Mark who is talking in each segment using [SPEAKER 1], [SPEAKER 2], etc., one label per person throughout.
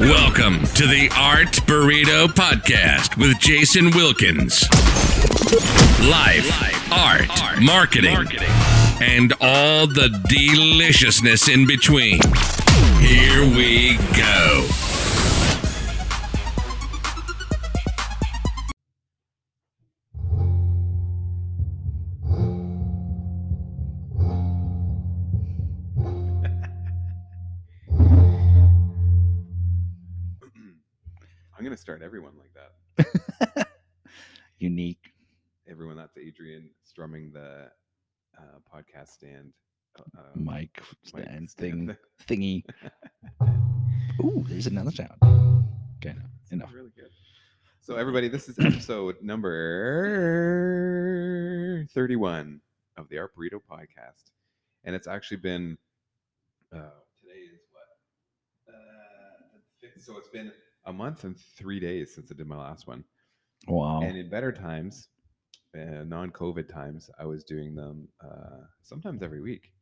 [SPEAKER 1] Welcome to the Art Burrito Podcast with Jason Wilkins. Life, art, marketing, and all the deliciousness in between. Here we go.
[SPEAKER 2] I'm gonna start everyone like that.
[SPEAKER 3] unique.
[SPEAKER 2] Everyone, that's Adrian strumming the uh, podcast stand. Uh, uh,
[SPEAKER 3] Um, mic stand thing
[SPEAKER 2] stand
[SPEAKER 3] thingy. Ooh, there's another sound. Okay, no,
[SPEAKER 2] It's
[SPEAKER 3] enough.
[SPEAKER 2] Really good. So everybody, this is episode number 31 of the Art Burrito Podcast, and it's actually been uh, today is what uh, the fifth- so it's been a month and three days since I did my last one.
[SPEAKER 3] Wow.
[SPEAKER 2] And in better times, uh, non-COVID times, I was doing them uh, sometimes every week,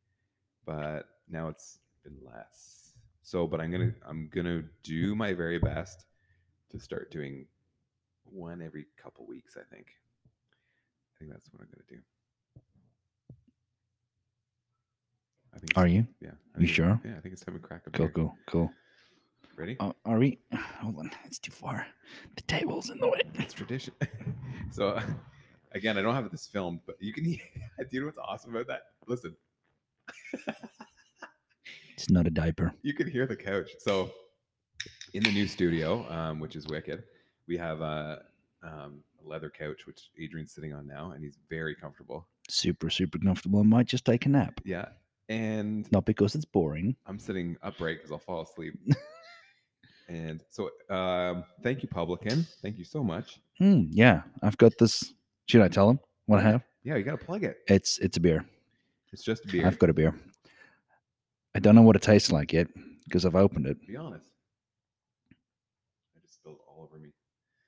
[SPEAKER 2] but now it's been less. So, but I'm gonna I'm gonna do my very best to start doing one every couple weeks. I think. I think that's what I'm gonna do. I think. it's-
[SPEAKER 3] Are you?
[SPEAKER 2] Yeah. I
[SPEAKER 3] You
[SPEAKER 2] think-
[SPEAKER 3] sure?
[SPEAKER 2] Yeah, I think it's time to crack a
[SPEAKER 3] Cool,
[SPEAKER 2] beer.
[SPEAKER 3] cool, cool.
[SPEAKER 2] Ready?
[SPEAKER 3] Uh, are we? Hold on, it's too far. The table's in the way.
[SPEAKER 2] It's tradition. so again, I don't have this filmed, but you can. Do you know what's awesome about that? Listen,
[SPEAKER 3] It's not a diaper.
[SPEAKER 2] you can hear the couch. So in the new studio, um, which is wicked, we have a, um, a leather couch which Adrian's sitting on now, and he's very comfortable.
[SPEAKER 3] Super, super comfortable. I might just take a nap.
[SPEAKER 2] Yeah, and
[SPEAKER 3] Not because it's boring.
[SPEAKER 2] I'm sitting upright because I'll fall asleep. and so, um, thank you, Publican. Thank you so much.
[SPEAKER 3] Hmm. Yeah, I've got this. Should I tell them what I have?
[SPEAKER 2] Yeah, you gotta plug it.
[SPEAKER 3] It's it's a beer.
[SPEAKER 2] It's just a beer.
[SPEAKER 3] I've got a beer. I don't know what it tastes like yet because I've opened it.
[SPEAKER 2] Be honest. I just spilled all over me.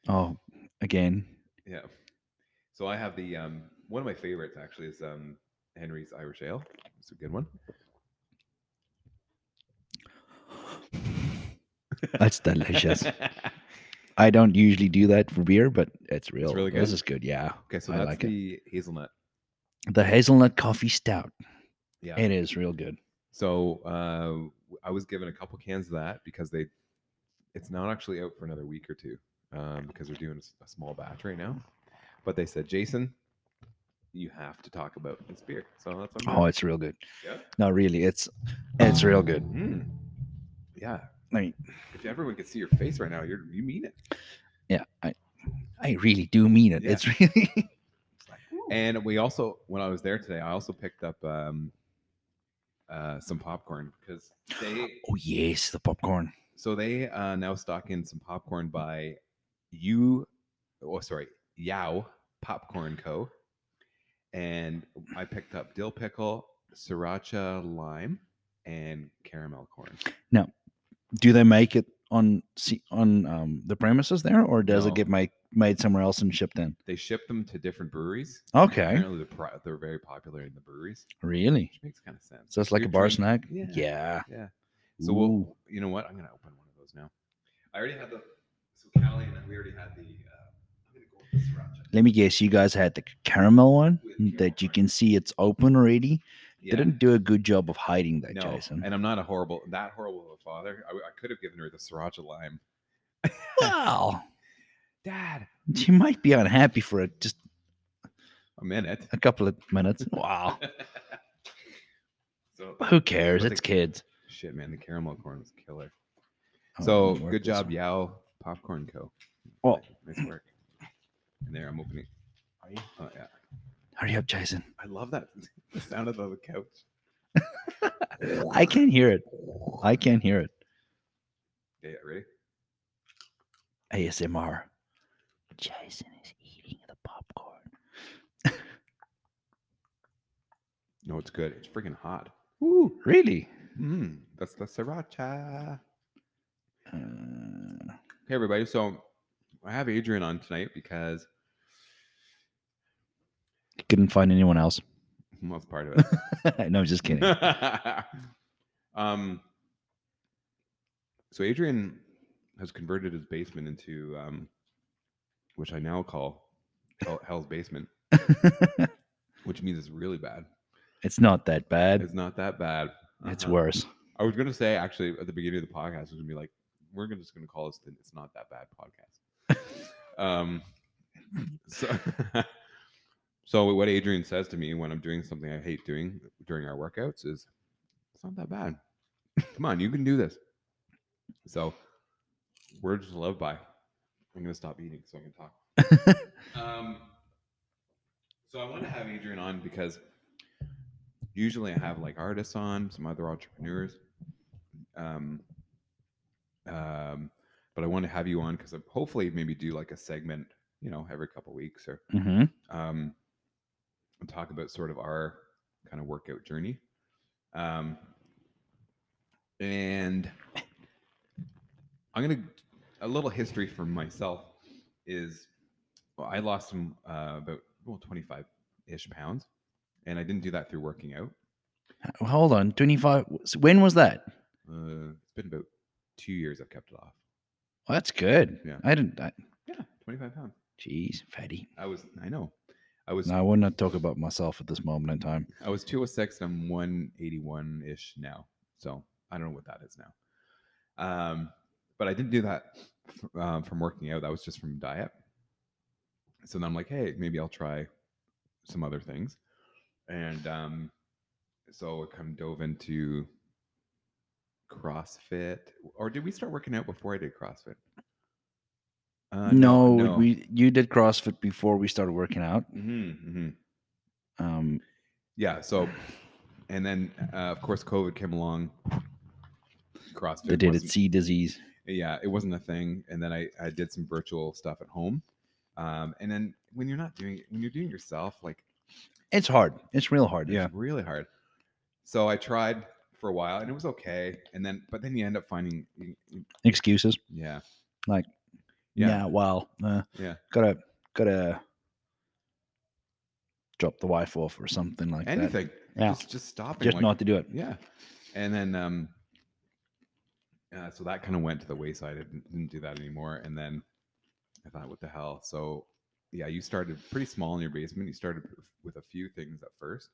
[SPEAKER 3] Oh, again.
[SPEAKER 2] Yeah. So I have the um one of my favorites actually is um Henry's Irish Ale. It's a good one.
[SPEAKER 3] That's delicious. I don't usually do that for beer, but it's real.
[SPEAKER 2] really
[SPEAKER 3] This
[SPEAKER 2] good?
[SPEAKER 3] is good. Yeah.
[SPEAKER 2] okay, so
[SPEAKER 3] I
[SPEAKER 2] that's
[SPEAKER 3] like it.
[SPEAKER 2] the hazelnut.
[SPEAKER 3] The hazelnut coffee stout.
[SPEAKER 2] Yeah.
[SPEAKER 3] It is real good.
[SPEAKER 2] so uh w- I was given a couple cans of that because they it's not actually out for another week or two. Um because they're doing a s- a small batch right now. But they said, "Jason, you have to talk about this beer." So that's what I'm
[SPEAKER 3] Oh,
[SPEAKER 2] doing.
[SPEAKER 3] it's real good.
[SPEAKER 2] Yeah.
[SPEAKER 3] No, really, it's it's real good.
[SPEAKER 2] Mm. Yeah.
[SPEAKER 3] I mean,
[SPEAKER 2] If everyone could see your face right now, you're you mean it.
[SPEAKER 3] yeah, I I really do mean it.
[SPEAKER 2] Yeah.
[SPEAKER 3] It's really
[SPEAKER 2] And we also, when I was there today, I also picked up um, uh, some popcorn because they,
[SPEAKER 3] Oh yes, the popcorn.
[SPEAKER 2] so they uh, now stock in some popcorn by you, oh sorry, Yao Popcorn Co. And I picked up dill pickle, sriracha lime, and caramel corn.
[SPEAKER 3] Do they make it on se- on um, the premises there or does
[SPEAKER 2] No.
[SPEAKER 3] it get made made somewhere else and shipped in?
[SPEAKER 2] They ship them to different breweries.
[SPEAKER 3] Okay.
[SPEAKER 2] Apparently, they're, pro- they're very popular in the breweries,
[SPEAKER 3] Really?
[SPEAKER 2] which makes kind of sense.
[SPEAKER 3] So it's like
[SPEAKER 2] You're
[SPEAKER 3] a bar
[SPEAKER 2] drinking-
[SPEAKER 3] snack?
[SPEAKER 2] yeah.
[SPEAKER 3] Yeah.
[SPEAKER 2] Yeah. So
[SPEAKER 3] Ooh.
[SPEAKER 2] we'll, you know what? I'm gonna open one of those now. I already had the so Cali and we already had the. Uh, I'm gonna go with the sriracha.
[SPEAKER 3] Let me guess, you guys had the caramel one
[SPEAKER 2] With
[SPEAKER 3] that
[SPEAKER 2] caramel,
[SPEAKER 3] you
[SPEAKER 2] right.
[SPEAKER 3] can see it's open already.
[SPEAKER 2] Yeah.
[SPEAKER 3] They didn't do a good job of hiding that,
[SPEAKER 2] no,
[SPEAKER 3] Jason.
[SPEAKER 2] and I'm not a horrible that horrible of a father. I, I could have given her the sriracha lime.
[SPEAKER 3] Wow.
[SPEAKER 2] Dad,
[SPEAKER 3] You might be unhappy for a, just
[SPEAKER 2] a minute.
[SPEAKER 3] a couple of minutes. Wow.
[SPEAKER 2] so
[SPEAKER 3] Who cares?
[SPEAKER 2] But the-
[SPEAKER 3] It's kids.
[SPEAKER 2] Shit, man, the caramel corn was killer.
[SPEAKER 3] Oh,
[SPEAKER 2] so
[SPEAKER 3] let me work
[SPEAKER 2] good
[SPEAKER 3] this
[SPEAKER 2] job,
[SPEAKER 3] one.
[SPEAKER 2] Yao Popcorn Co.
[SPEAKER 3] Oh.
[SPEAKER 2] nice work. And there, I'm opening. Are you? Oh yeah.
[SPEAKER 3] Hurry up, Jason.
[SPEAKER 2] I love that the sound of the couch.
[SPEAKER 3] I can hear it. I can hear it.
[SPEAKER 2] Okay, ready?
[SPEAKER 3] ASMR. Jason is eating the popcorn.
[SPEAKER 2] No, it's good. It's freaking hot.
[SPEAKER 3] Ooh, really?
[SPEAKER 2] Mm, that's the sriracha.
[SPEAKER 3] Uh,
[SPEAKER 2] Hey, everybody. So I have Adrian on tonight because
[SPEAKER 3] couldn't find anyone else.
[SPEAKER 2] well, that's part of it.
[SPEAKER 3] no, I'm just kidding.
[SPEAKER 2] um, so Adrian has converted his basement into, um, which I now call Hell, Hell's Basement, which means it's really bad.
[SPEAKER 3] it's not that bad.
[SPEAKER 2] It's not that bad.
[SPEAKER 3] It's
[SPEAKER 2] Uh-huh.
[SPEAKER 3] worse.
[SPEAKER 2] I was gonna say actually at the beginning of the podcast, I was gonna be like, we're gonna just gonna call this the "It's Not That Bad" podcast. um, so, so what Adrian says to me when I'm doing something I hate doing during our workouts is, "It's not that bad. Come on, you can do this." So, words to live by. I'm gonna stop eating so I can talk. Um, so I want to have Adrian on because usually I have like artists on, some other entrepreneurs. Um, um, but I want to have you on because hopefully maybe do like a segment, you know, every couple weeks or
[SPEAKER 3] hmm
[SPEAKER 2] um, and talk about sort of our kind of workout journey. Um, and I'm gonna a little history for myself is well, I lost some uh, about well 25 ish pounds, and I didn't do that through working out.
[SPEAKER 3] Oh, Hold on. 25. s- When was that?
[SPEAKER 2] Uh, it's been about two years I've kept it off.
[SPEAKER 3] Well, that's good.
[SPEAKER 2] Yeah.
[SPEAKER 3] I didn't. I,
[SPEAKER 2] Yeah, 25 pounds.
[SPEAKER 3] geez, fatty.
[SPEAKER 2] I was I know I was
[SPEAKER 3] No, I will not talk about myself at this moment in time.
[SPEAKER 2] I was 206 and I'm 181 ish now. So I don't know what that is now. Um, but I didn't do that f- um, from working out. That was just from diet. So then I'm like, hey, maybe I'll try some other things. And um, so I kind of dove into CrossFit. Or did we start working out before I did CrossFit? Uh,
[SPEAKER 3] no, we you did CrossFit before we started working out.
[SPEAKER 2] Mhm, mhm.
[SPEAKER 3] Um,
[SPEAKER 2] yeah so and then uh, of course covid came along crossfit
[SPEAKER 3] they did it.
[SPEAKER 2] wasn't-
[SPEAKER 3] Sea disease.
[SPEAKER 2] yeah it wasn't a thing and then I, I did some virtual stuff at home um, and then when you're not doing it when you're doing it yourself like
[SPEAKER 3] It's hard. It's real hard.
[SPEAKER 2] it's really hard so i tried for a while and it was okay and then but then you end up finding you- you-
[SPEAKER 3] Excuses.
[SPEAKER 2] yeah
[SPEAKER 3] Like,
[SPEAKER 2] yeah
[SPEAKER 3] Yeah. well, uh,
[SPEAKER 2] Yeah.
[SPEAKER 3] Gotta gotta drop the wife off or something like that.
[SPEAKER 2] anything
[SPEAKER 3] Yeah.
[SPEAKER 2] just just stopping
[SPEAKER 3] Just
[SPEAKER 2] like-
[SPEAKER 3] not to do it.
[SPEAKER 2] Yeah. And then um uh, so that kind of went to the wayside. I didn't, didn't do that anymore. And then I thought, what the hell? So yeah, you started pretty small in your basement. You started with a few things at first.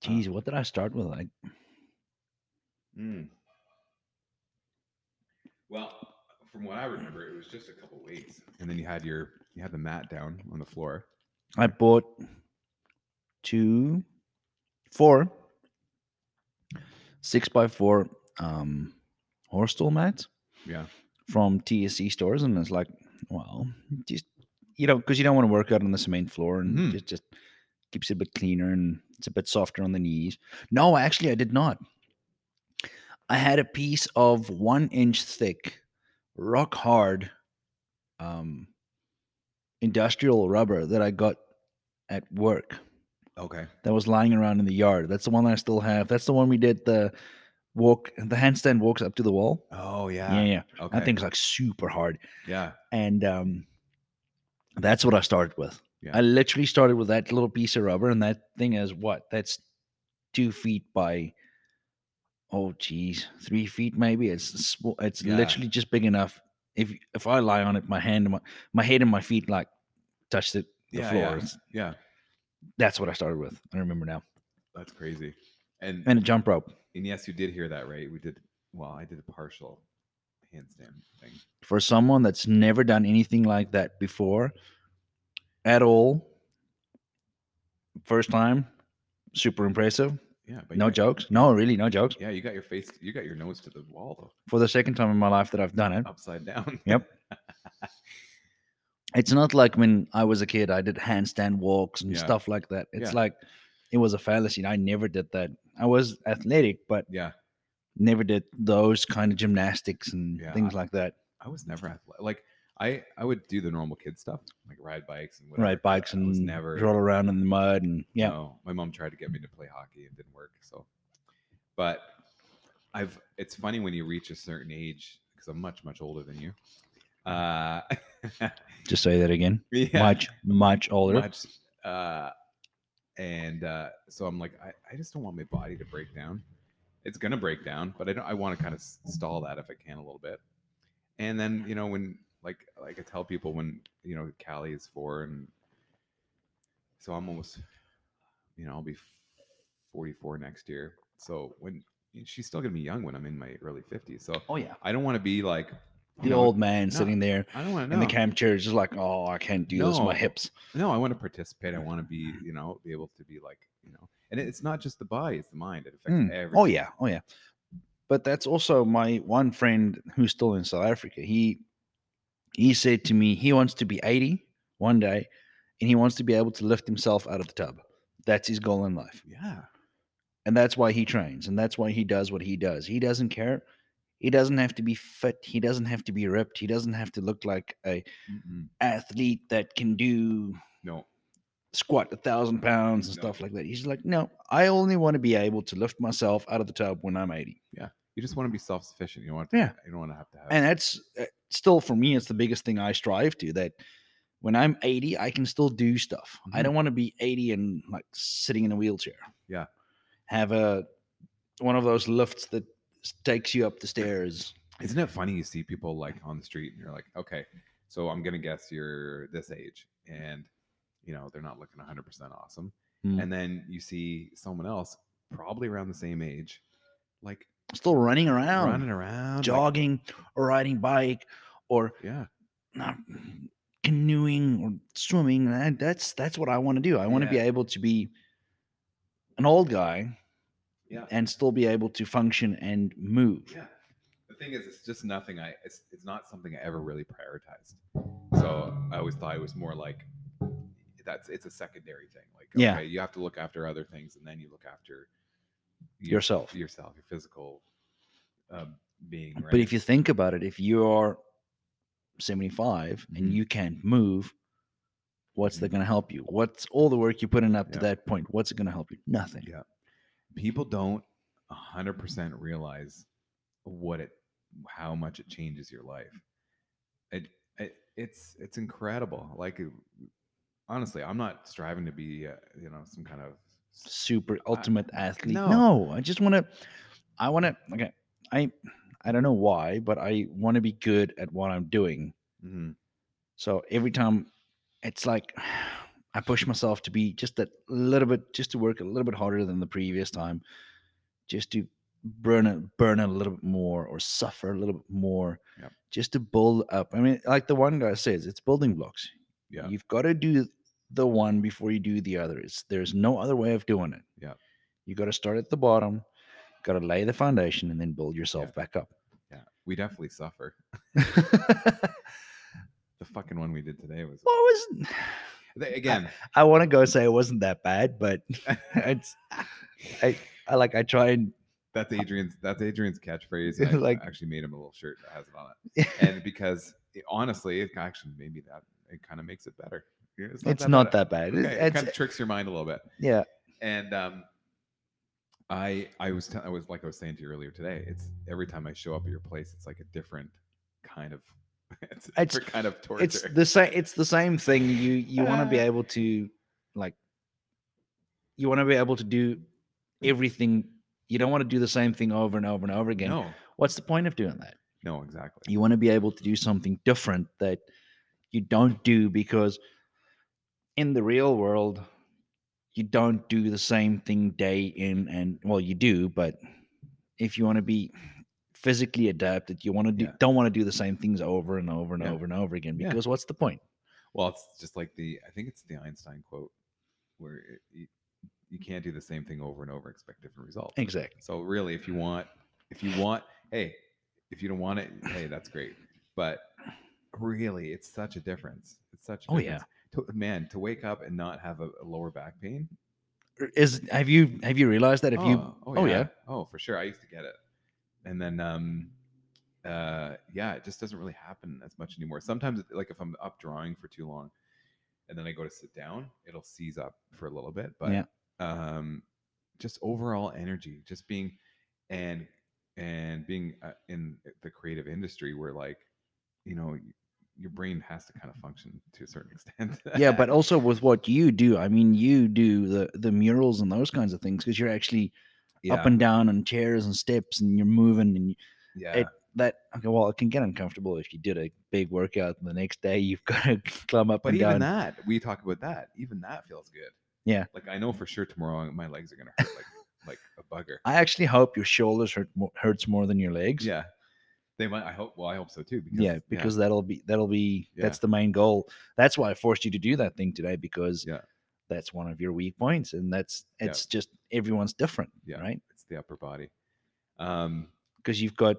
[SPEAKER 3] Geez, what did I start with? I,
[SPEAKER 2] Mm. Well, from what I remember, it was just a couple weights. And then you had your you had the mat down on the floor.
[SPEAKER 3] I bought two, four, six by four um, horse stall mats
[SPEAKER 2] Yeah.
[SPEAKER 3] from TSC stores, and it's like, well, just you know, because you don't want to work out on the cement floor, and
[SPEAKER 2] Mhm.
[SPEAKER 3] it just keeps it a bit cleaner and it's a bit softer on the knees. No, actually, I did not. I had a piece of one inch thick, rock hard, um, industrial rubber that I got at work
[SPEAKER 2] Okay.
[SPEAKER 3] that was lying around in the yard. That's the one I still have. That's the one we did the walk, the handstand walks up to the wall.
[SPEAKER 2] Oh
[SPEAKER 3] Yeah,
[SPEAKER 2] yeah.
[SPEAKER 3] yeah.
[SPEAKER 2] Okay.
[SPEAKER 3] That thing's like super hard.
[SPEAKER 2] yeah.
[SPEAKER 3] And um, that's what I started with.
[SPEAKER 2] Yeah.
[SPEAKER 3] I literally started with that little piece of rubber, and that thing is what? That's two feet by, oh geez, three feet maybe. It's small. It's
[SPEAKER 2] Yeah.
[SPEAKER 3] literally just big enough. If if I lie on it, my hand, and my, my head, and my feet like touch the, the
[SPEAKER 2] Yeah,
[SPEAKER 3] floor.
[SPEAKER 2] yeah.
[SPEAKER 3] It's-
[SPEAKER 2] Yeah.
[SPEAKER 3] That's what I started with. I remember now.
[SPEAKER 2] That's crazy. And
[SPEAKER 3] And a jump rope.
[SPEAKER 2] And yes, you did hear that right. We did. Well, I did a partial handstand thing.
[SPEAKER 3] for someone that's never done anything like that before at all first time super impressive
[SPEAKER 2] Yeah, but you
[SPEAKER 3] no
[SPEAKER 2] got-
[SPEAKER 3] jokes no really no jokes
[SPEAKER 2] Yeah, you got your face. You got your nose to the wall
[SPEAKER 3] for the second time in my life that i've done it
[SPEAKER 2] though, upside down.
[SPEAKER 3] Yep. it's not like when i was a kid i did handstand walks and
[SPEAKER 2] Yeah.
[SPEAKER 3] stuff like that it's
[SPEAKER 2] Yeah.
[SPEAKER 3] like it was a fallacy and i never did that i was athletic but
[SPEAKER 2] yeah,
[SPEAKER 3] never did those kind of gymnastics and
[SPEAKER 2] Yeah,
[SPEAKER 3] things like that
[SPEAKER 2] I was never athletic. Like I, I would do the normal kid stuff, like ride bikes and whatever.
[SPEAKER 3] ride bikes
[SPEAKER 2] I was
[SPEAKER 3] and
[SPEAKER 2] never.
[SPEAKER 3] roll around in the mud and yeah
[SPEAKER 2] no. my mom tried to get me to play hockey. It didn't work. So, but I've. It's funny when you reach a certain age because I'm much, much older than you. Uh,
[SPEAKER 3] just say that again
[SPEAKER 2] yeah.
[SPEAKER 3] much much older
[SPEAKER 2] much. Uh, and uh, so I'm like, I, I just don't want my body to break down. It's gonna break down, but I don't. I want to kind of stall that if I can a little bit. And then you know when like like I tell people when you know Cali is four and so I'm almost you know I'll be 44 next year. So when she's still gonna be young when I'm in my early 50s. So
[SPEAKER 3] Oh yeah,
[SPEAKER 2] I don't want to be like
[SPEAKER 3] the
[SPEAKER 2] you know,
[SPEAKER 3] old man
[SPEAKER 2] no,
[SPEAKER 3] sitting there
[SPEAKER 2] I don't want to
[SPEAKER 3] in
[SPEAKER 2] know.
[SPEAKER 3] the camp chair is just like, oh, I can't do this.
[SPEAKER 2] No.
[SPEAKER 3] My hips.
[SPEAKER 2] no, I want to participate. I want to be you know be able to be like you know. And it's not just the body; it's the mind. It affects
[SPEAKER 3] Mm.
[SPEAKER 2] everything.
[SPEAKER 3] Oh yeah, oh yeah. But that's also my one friend who's still in South Africa. He he said to me he wants to be 80 one day and he wants to be able to lift himself out of the tub. That's his goal in life.
[SPEAKER 2] yeah.
[SPEAKER 3] And that's why he trains and that's why he does what he does. He doesn't care. He doesn't have to be fit. He doesn't have to be ripped. He doesn't have to look like a
[SPEAKER 2] Mm-mm.
[SPEAKER 3] athlete that can do
[SPEAKER 2] No,
[SPEAKER 3] squat a thousand pounds and
[SPEAKER 2] No.
[SPEAKER 3] stuff like that. He's like, no, I only want to be able to lift myself out of the tub when I'm 80.
[SPEAKER 2] you just want to be self sufficient. You don't want to,
[SPEAKER 3] Yeah.
[SPEAKER 2] You don't want to have to have.
[SPEAKER 3] and that's uh, still for me it's the biggest thing i strive to that when i'm 80 i can still do stuff i
[SPEAKER 2] Mhm.
[SPEAKER 3] don't want to be 80 and like sitting in a wheelchair
[SPEAKER 2] Yeah.
[SPEAKER 3] have a one of those lifts that s- takes you up the stairs
[SPEAKER 2] Isn't it funny you see people like on the street and you're like, okay, so I'm gonna guess you're this age, and you know they're not looking 100 percent awesome,
[SPEAKER 3] Mm.
[SPEAKER 2] and then you see someone else probably around the same age, like
[SPEAKER 3] still running around
[SPEAKER 2] running around, like-
[SPEAKER 3] jogging or riding bike or
[SPEAKER 2] yeah,
[SPEAKER 3] uh, canoeing or swimming and that- that's that's what i want to do i want to be
[SPEAKER 2] Yeah.
[SPEAKER 3] able to be an old guy
[SPEAKER 2] yeah,
[SPEAKER 3] and still be able to function and move
[SPEAKER 2] yeah. The thing is, it's just nothing. I it's it's not something I ever really prioritized. So I always thought it was more like that's it's a secondary thing. Like
[SPEAKER 3] Yeah.
[SPEAKER 2] okay, you have to look after other things, and then you look after your-
[SPEAKER 3] yourself
[SPEAKER 2] yourself, your physical uh, being. Right?
[SPEAKER 3] But if you think about it, if you are 75 and
[SPEAKER 2] Mhm.
[SPEAKER 3] you can't move, what's that going to help you? What's all the work you're putting up to
[SPEAKER 2] Mm-hmm. Yeah.
[SPEAKER 3] that point? What's it going to help you? Nothing.
[SPEAKER 2] Yeah. people don't hundred percent realize what it, how much it changes your life. It, it it's it's incredible. Like it- honestly, I'm not striving to be uh, you know some kind of
[SPEAKER 3] Super ultimate athlete.
[SPEAKER 2] no.
[SPEAKER 3] No. I just want to, I want to, okay. I, I don't know why, but I want to be good at what I'm doing.
[SPEAKER 2] Mhm.
[SPEAKER 3] So every time it's like I push myself to be just a little bit, just to work a little bit harder than the previous time, just to burn a burn a little bit more or suffer a little bit more,
[SPEAKER 2] Yep.
[SPEAKER 3] just to build up. I mean, like the one guy says, it's building blocks.
[SPEAKER 2] yeah
[SPEAKER 3] You've got to do the one before you do the other. It's there's no other way of doing it.
[SPEAKER 2] Yep.
[SPEAKER 3] You got to start at the bottom, got to lay the foundation, and then build yourself back up.
[SPEAKER 2] yeah. We definitely suffer. The fucking one we did today was
[SPEAKER 3] what was?
[SPEAKER 2] They- again.
[SPEAKER 3] I want to go say it wasn't that bad, but it's I, I like I try and
[SPEAKER 2] That's Adrian's. That's Adrian's catchphrase. and I
[SPEAKER 3] Like-
[SPEAKER 2] actually made him a little shirt that has it on it, and because it- honestly, it actually maybe that it kind of makes it better.
[SPEAKER 3] it's, not that bad.
[SPEAKER 2] bad.
[SPEAKER 3] It's,
[SPEAKER 2] Okay, it
[SPEAKER 3] it's- uh,
[SPEAKER 2] kind of tricks your mind a little bit.
[SPEAKER 3] yeah,
[SPEAKER 2] And um, I I was tell I was like I was saying to you earlier today. It's every time I show up at your place, it's like a different kind of it's a
[SPEAKER 3] It's-
[SPEAKER 2] different kind of torture.
[SPEAKER 3] it's the same. It's the same thing. You you want to be
[SPEAKER 2] Uh.
[SPEAKER 3] able to like you want to be able to do everything. You don't want to do the same thing over and over and over again.
[SPEAKER 2] no,
[SPEAKER 3] What's the point of doing that?
[SPEAKER 2] no, exactly.
[SPEAKER 3] You want to be able to do something different that you don't do because in the real world, you don't do the same thing day in and well, you do, but if you want to be physically adapted, you want to do
[SPEAKER 2] Yeah.
[SPEAKER 3] don't want to do the same things over and over and
[SPEAKER 2] Yeah.
[SPEAKER 3] over and over again
[SPEAKER 2] Yeah.
[SPEAKER 3] because what's the point?
[SPEAKER 2] Well, it's just like the I think it's the Einstein quote where it, you, you can't do the same thing over and over, expect different results.
[SPEAKER 3] Exactly.
[SPEAKER 2] So really, if you want, if you want, hey, if you don't want it, hey, that's great. But really, it's such a difference. It's such a
[SPEAKER 3] Oh,
[SPEAKER 2] difference. To, man, to wake up and not have a, a lower back pain.
[SPEAKER 3] Or Er, Is have you have you realized that if you oh, yeah.
[SPEAKER 2] oh for sure. I used to get it, and then um, uh, yeah, it just doesn't really happen as much anymore. Sometimes, like if I'm up drawing for too long, and then I go to sit down, it'll seize up for a little bit. But
[SPEAKER 3] Yeah.
[SPEAKER 2] um, just overall energy, just being and and being uh, in the creative industry, where like you know y- your brain has to kind of function to a certain extent.
[SPEAKER 3] yeah, but also with what you do, I mean, you do the the murals and those kinds of things because you're actually
[SPEAKER 2] yeah,
[SPEAKER 3] up and down on chairs and steps and you're moving and
[SPEAKER 2] yeah,
[SPEAKER 3] it that okay, well, it can get uncomfortable if you did a big workout and the next day you've got to climb up
[SPEAKER 2] But
[SPEAKER 3] and
[SPEAKER 2] even
[SPEAKER 3] down.
[SPEAKER 2] that, we talk about that. Even that feels good.
[SPEAKER 3] Yeah.
[SPEAKER 2] Like I know for sure tomorrow my legs are gonna hurt like like a bugger.
[SPEAKER 3] I actually hope your shoulders hurt more, hurts more than your legs.
[SPEAKER 2] Yeah. They might. I hope. Well, I hope so too. Because,
[SPEAKER 3] Yeah, because that'll be that'll be
[SPEAKER 2] Yeah.
[SPEAKER 3] that's the main goal. That's why I forced you to do that thing today because
[SPEAKER 2] Yeah.
[SPEAKER 3] that's one of your weak points, and that's
[SPEAKER 2] Yeah.
[SPEAKER 3] it's just everyone's different,
[SPEAKER 2] Yeah.
[SPEAKER 3] right?
[SPEAKER 2] it's the upper body. Um.
[SPEAKER 3] Because you've got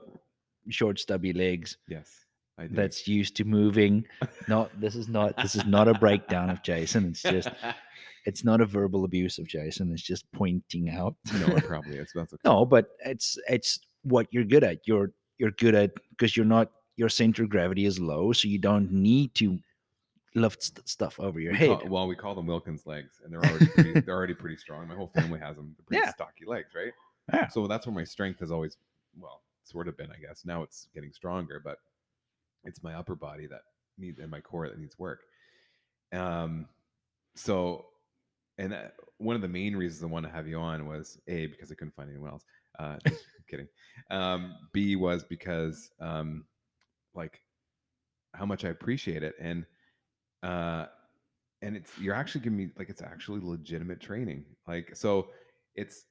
[SPEAKER 3] short, stubby legs
[SPEAKER 2] Yes. I do.
[SPEAKER 3] that's used to moving. Not this is not this is not a breakdown of Jason. It's just it's not a verbal abuse of Jason. It's just pointing out.
[SPEAKER 2] no, it probably is. That's okay.
[SPEAKER 3] No, but it's it's what you're good at. You're you're good at because you're not your center of gravity is low, so you don't need to lift st- stuff over your
[SPEAKER 2] We
[SPEAKER 3] head.
[SPEAKER 2] call- well, we call them Wilkins legs, and they're already pretty, they're already pretty strong. My whole family has them. They're pretty
[SPEAKER 3] Yeah.
[SPEAKER 2] stocky legs, right?
[SPEAKER 3] Yeah.
[SPEAKER 2] So that's where my strength has always, well, sort of been, I guess. Now it's getting stronger, but it's my upper body that needs and my core that needs work. Um, so, and uh, one of the main reasons I wanted to have you on was a because I couldn't find anyone else. Uh, just kidding. Um, B was because um, like how much I appreciate it and uh and it's you're actually giving me like it's actually legitimate training like so it's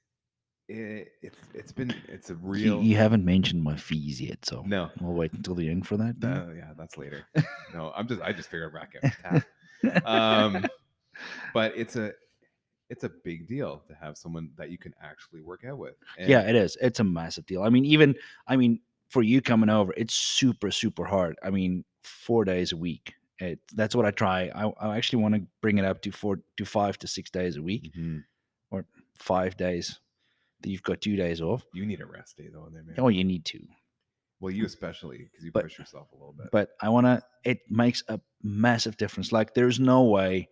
[SPEAKER 2] it, it's it's been it's a
[SPEAKER 3] You-
[SPEAKER 2] real
[SPEAKER 3] You, haven't mentioned my fees yet, so
[SPEAKER 2] no
[SPEAKER 3] we'll wait until the end for that. then.
[SPEAKER 2] no, yeah that's later no i'm just i just figured back out the tab. um but it's a it's a big deal to have someone that you can actually work out with and
[SPEAKER 3] yeah, it is. It's a massive deal. I mean, even I mean, for you coming over, it's super super hard. I mean, four days a week. It, that's what I try. I, I actually want to bring it up to four to five to six days a week.
[SPEAKER 2] Mhm.
[SPEAKER 3] Five days that you've got two days off.
[SPEAKER 2] you need a rest day though in there man
[SPEAKER 3] Oh, you need to.
[SPEAKER 2] well you especially because you
[SPEAKER 3] But-
[SPEAKER 2] push yourself a little bit
[SPEAKER 3] but I want to. It makes a massive difference. Like there's no way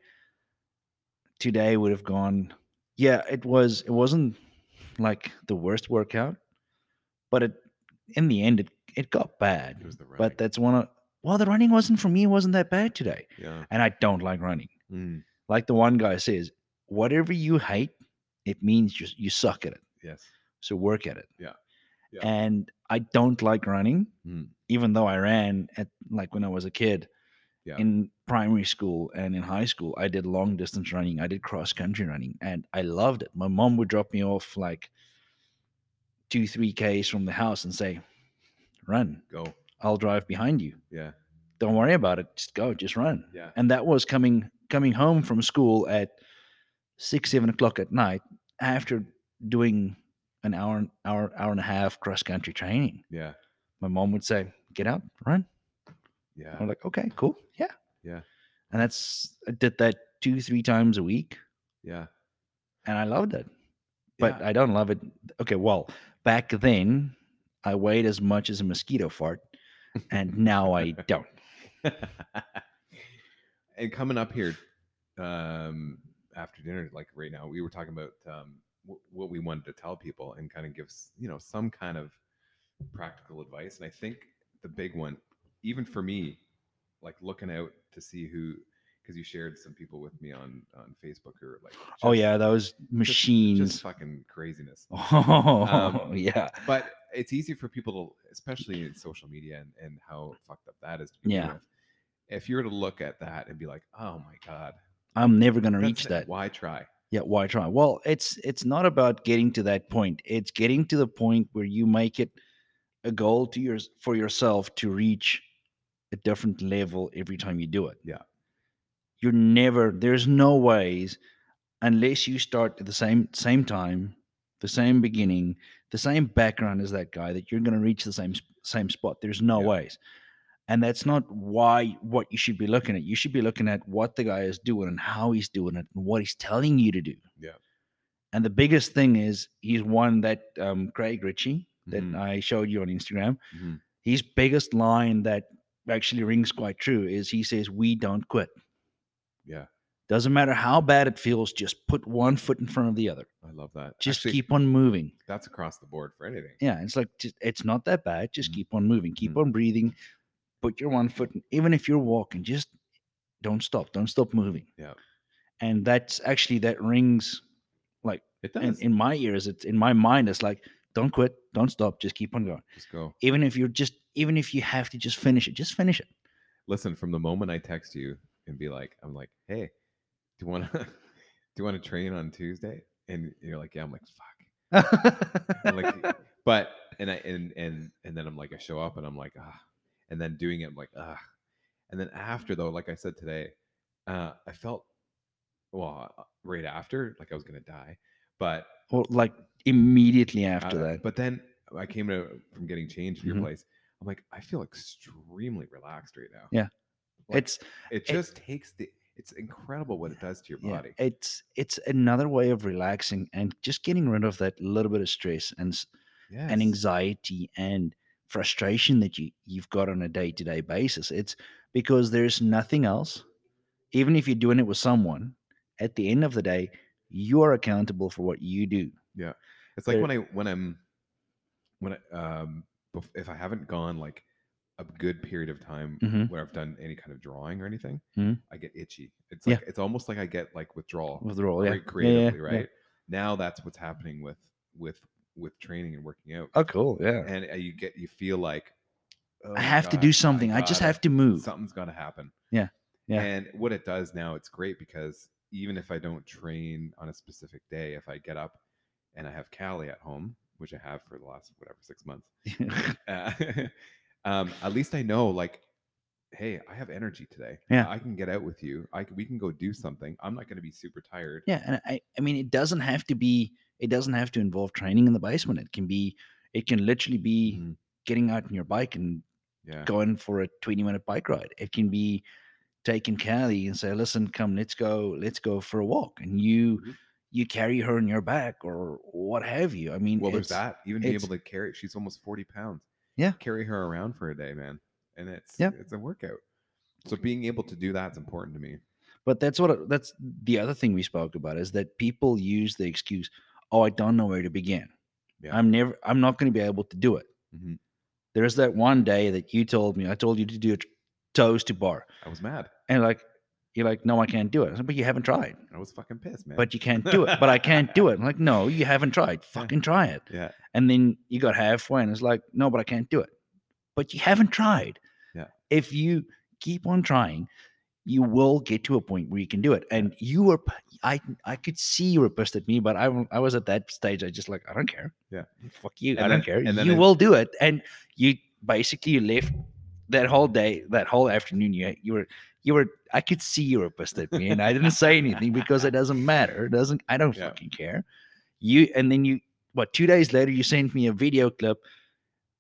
[SPEAKER 3] today would have gone. Yeah, it was. It wasn't like the worst workout, but it in the end it it got bad.
[SPEAKER 2] it was the running.
[SPEAKER 3] But that's one of well, the running wasn't for me. It wasn't that bad today,
[SPEAKER 2] yeah
[SPEAKER 3] and I don't like running.
[SPEAKER 2] Mm,
[SPEAKER 3] Like the one guy says, whatever you hate, it means you you suck at it.
[SPEAKER 2] yes
[SPEAKER 3] So work at it.
[SPEAKER 2] Yeah. Yeah.
[SPEAKER 3] And I don't like running,
[SPEAKER 2] Mm.
[SPEAKER 3] even though I ran at like when I was a kid
[SPEAKER 2] Yeah.
[SPEAKER 3] in primary school and in high school. I did long distance running, I did cross country running, and I loved it. My mom would drop me off like two, three Ks from the house and say, Run,
[SPEAKER 2] go
[SPEAKER 3] I'll drive behind you.
[SPEAKER 2] yeah
[SPEAKER 3] Don't worry about it. Just go, just run.
[SPEAKER 2] yeah
[SPEAKER 3] And that was coming coming home from school at six, seven o'clock at night after doing an hour, hour, hour and a half cross country training.
[SPEAKER 2] yeah
[SPEAKER 3] My mom would say, "Get out, run."
[SPEAKER 2] yeah
[SPEAKER 3] I'm like, "Okay, cool, yeah,
[SPEAKER 2] Yeah.
[SPEAKER 3] And that's I did that two, three times a week,
[SPEAKER 2] yeah
[SPEAKER 3] and I loved it. But
[SPEAKER 2] Yeah.
[SPEAKER 3] I don't love it. Okay, well, back then I weighed as much as a mosquito fart, and now I don't.
[SPEAKER 2] and coming up here um after dinner like right now we were talking about um wh- what we wanted to tell people and kind of give s- you know some kind of practical advice and i think the big one even for me like looking out to see who because you shared some people with me on on facebook who are like
[SPEAKER 3] oh
[SPEAKER 2] just-
[SPEAKER 3] yeah, those
[SPEAKER 2] just-
[SPEAKER 3] machines.
[SPEAKER 2] just fucking craziness
[SPEAKER 3] Oh
[SPEAKER 2] Um,
[SPEAKER 3] yeah.
[SPEAKER 2] but it's easy for people to especially in social media and, and how fucked up that is to begin
[SPEAKER 3] Yeah.
[SPEAKER 2] with. if you were to look at that and be like oh my god
[SPEAKER 3] I'm never gonna
[SPEAKER 2] that's
[SPEAKER 3] reach
[SPEAKER 2] it,
[SPEAKER 3] that.
[SPEAKER 2] why try
[SPEAKER 3] Yeah, why try? Well, it's it's not about getting to that point. It's getting to the point where you make it a goal to yours for yourself to reach a different level every time you do it.
[SPEAKER 2] Yeah.
[SPEAKER 3] You're never there's no ways unless you start at the same same time, the same beginning, the same background as that guy that you're going to reach the same sp- same spot. There's no
[SPEAKER 2] Yeah.
[SPEAKER 3] ways. And that's not why what you should be looking at. You should be looking at what the guy is doing and how he's doing it and what he's telling you to do.
[SPEAKER 2] Yeah.
[SPEAKER 3] And the biggest thing is he's one that um, Craig Ritchie that
[SPEAKER 2] Mhm.
[SPEAKER 3] I showed you on Instagram.
[SPEAKER 2] Mhm.
[SPEAKER 3] His biggest line that actually rings quite true is he says, "We don't quit."
[SPEAKER 2] Yeah.
[SPEAKER 3] Doesn't matter how bad it feels, just put one foot in front of the other.
[SPEAKER 2] i love that
[SPEAKER 3] Just
[SPEAKER 2] Actually,
[SPEAKER 3] keep on moving.
[SPEAKER 2] that's across the board for anything
[SPEAKER 3] Yeah, it's like just, it's not that bad. Just
[SPEAKER 2] Mhm.
[SPEAKER 3] keep on moving, keep
[SPEAKER 2] Mhm.
[SPEAKER 3] on breathing. Put your one foot, in- even if you're walking, just don't stop. Don't stop moving.
[SPEAKER 2] Yeah.
[SPEAKER 3] And that's actually that rings
[SPEAKER 2] it
[SPEAKER 3] in,
[SPEAKER 2] does
[SPEAKER 3] in my ears. It's in my mind. It's like don't quit, don't stop, just keep on going.
[SPEAKER 2] just go
[SPEAKER 3] Even if you're just even if you have to just finish it, just finish it.
[SPEAKER 2] Listen, from the moment I text you and be like, I'm like, hey, do you want to do you want to train on Tuesday? And you're like, yeah. I'm like, fuck. I'm like, but and I and and and then I'm like, I show up and I'm like, ah. And then doing it, I'm like, ah. And then after though, like I said today, uh, I felt well uh, right after, like I was gonna die, but
[SPEAKER 3] or like immediately after
[SPEAKER 2] uh,
[SPEAKER 3] that.
[SPEAKER 2] But then I came to from getting changed in your
[SPEAKER 3] Mhm.
[SPEAKER 2] place. I'm like, I feel extremely relaxed right now.
[SPEAKER 3] Yeah.
[SPEAKER 2] Like,
[SPEAKER 3] it's
[SPEAKER 2] it just takes the. It's incredible what it does to your
[SPEAKER 3] yeah,
[SPEAKER 2] body.
[SPEAKER 3] it's it's another way of relaxing and just getting rid of that little bit of stress and s
[SPEAKER 2] Yeah.
[SPEAKER 3] and anxiety and frustration that you you've got on a day-to-day basis it's because there's nothing else even if you're doing it with someone at the end of the day you're accountable for what you do
[SPEAKER 2] It's like
[SPEAKER 3] There-
[SPEAKER 2] when I when I'm when I, um bef- if I haven't gone like a good period of time
[SPEAKER 3] Mhm.
[SPEAKER 2] where I've done any kind of drawing or anything,
[SPEAKER 3] Mhm.
[SPEAKER 2] I get itchy. It's
[SPEAKER 3] Yeah.
[SPEAKER 2] like it's almost like I get like withdrawal
[SPEAKER 3] withdrawal
[SPEAKER 2] cre-
[SPEAKER 3] yeah Yeah, yeah,
[SPEAKER 2] creatively,
[SPEAKER 3] yeah.
[SPEAKER 2] right? Now that's what's happening with with with training and working out.
[SPEAKER 3] oh cool yeah
[SPEAKER 2] And uh, you get you feel like "Oh
[SPEAKER 3] i have to
[SPEAKER 2] God,
[SPEAKER 3] do something i just
[SPEAKER 2] gotta-
[SPEAKER 3] have to move
[SPEAKER 2] something's gonna happen.
[SPEAKER 3] Yeah, yeah.
[SPEAKER 2] And what it does now, it's great because even if I don't train on a specific day, if I get up and I have Callie at home, which I have for the last whatever six months, uh, um, at least I know like, hey, I have energy today.
[SPEAKER 3] Yeah.
[SPEAKER 2] I can get out with you. I c- we can go do something. I'm not gonna be super tired.
[SPEAKER 3] Yeah, and I, I mean, it doesn't have to be. It doesn't have to involve training in the basement. It can be. It can literally be
[SPEAKER 2] Mhm.
[SPEAKER 3] getting out on your bike and
[SPEAKER 2] Yeah.
[SPEAKER 3] going for a twenty-minute bike ride. It can be taking Callie and say, "Listen, come, let's go, let's go for a walk," and you
[SPEAKER 2] Mhm.
[SPEAKER 3] you carry her on your back or what have you. I mean,
[SPEAKER 2] Well, there's
[SPEAKER 3] it's-
[SPEAKER 2] that. Even be
[SPEAKER 3] it's-
[SPEAKER 2] able to carry. She's almost forty pounds.
[SPEAKER 3] Yeah.
[SPEAKER 2] Carry her around for a day, man, and it's
[SPEAKER 3] Yeah.
[SPEAKER 2] it's a workout. So being able to do that's important to me.
[SPEAKER 3] But that's what. I- That's the other thing we spoke about is that people use the excuse, "Oh, I don't know where to begin.
[SPEAKER 2] Yeah.
[SPEAKER 3] I'm never. I'm not going to be able to do it."
[SPEAKER 2] Mhm.
[SPEAKER 3] There's that one day that you told me. I told you to do a t- toes to bar,
[SPEAKER 2] I was mad.
[SPEAKER 3] and like you're like, "No, I can't do it." I said, "But you haven't tried."
[SPEAKER 2] I was fucking pissed, man.
[SPEAKER 3] But you can't do it. But I can't do it. I'm like, "No, you haven't tried. Fucking try it."
[SPEAKER 2] yeah,
[SPEAKER 3] And then you got halfway, and it's like, "No, but I can't do it." But you haven't tried.
[SPEAKER 2] Yeah.
[SPEAKER 3] If you keep on trying. You will get to a point where you can do it, and you were. p- I I could see you were pissed at me, but I w- I was at that stage. I just like I don't care.
[SPEAKER 2] Yeah.
[SPEAKER 3] fuck you.
[SPEAKER 2] And
[SPEAKER 3] I
[SPEAKER 2] then-
[SPEAKER 3] don't care.
[SPEAKER 2] and then
[SPEAKER 3] you
[SPEAKER 2] it-
[SPEAKER 3] will do it, and you basically you left that whole day, that whole afternoon. You you were you were. I could see you were pissed at me, and I didn't say anything because it doesn't matter. It doesn't. I don't
[SPEAKER 2] Yeah.
[SPEAKER 3] fucking care. You and then you what? Two days later, you sent me a video clip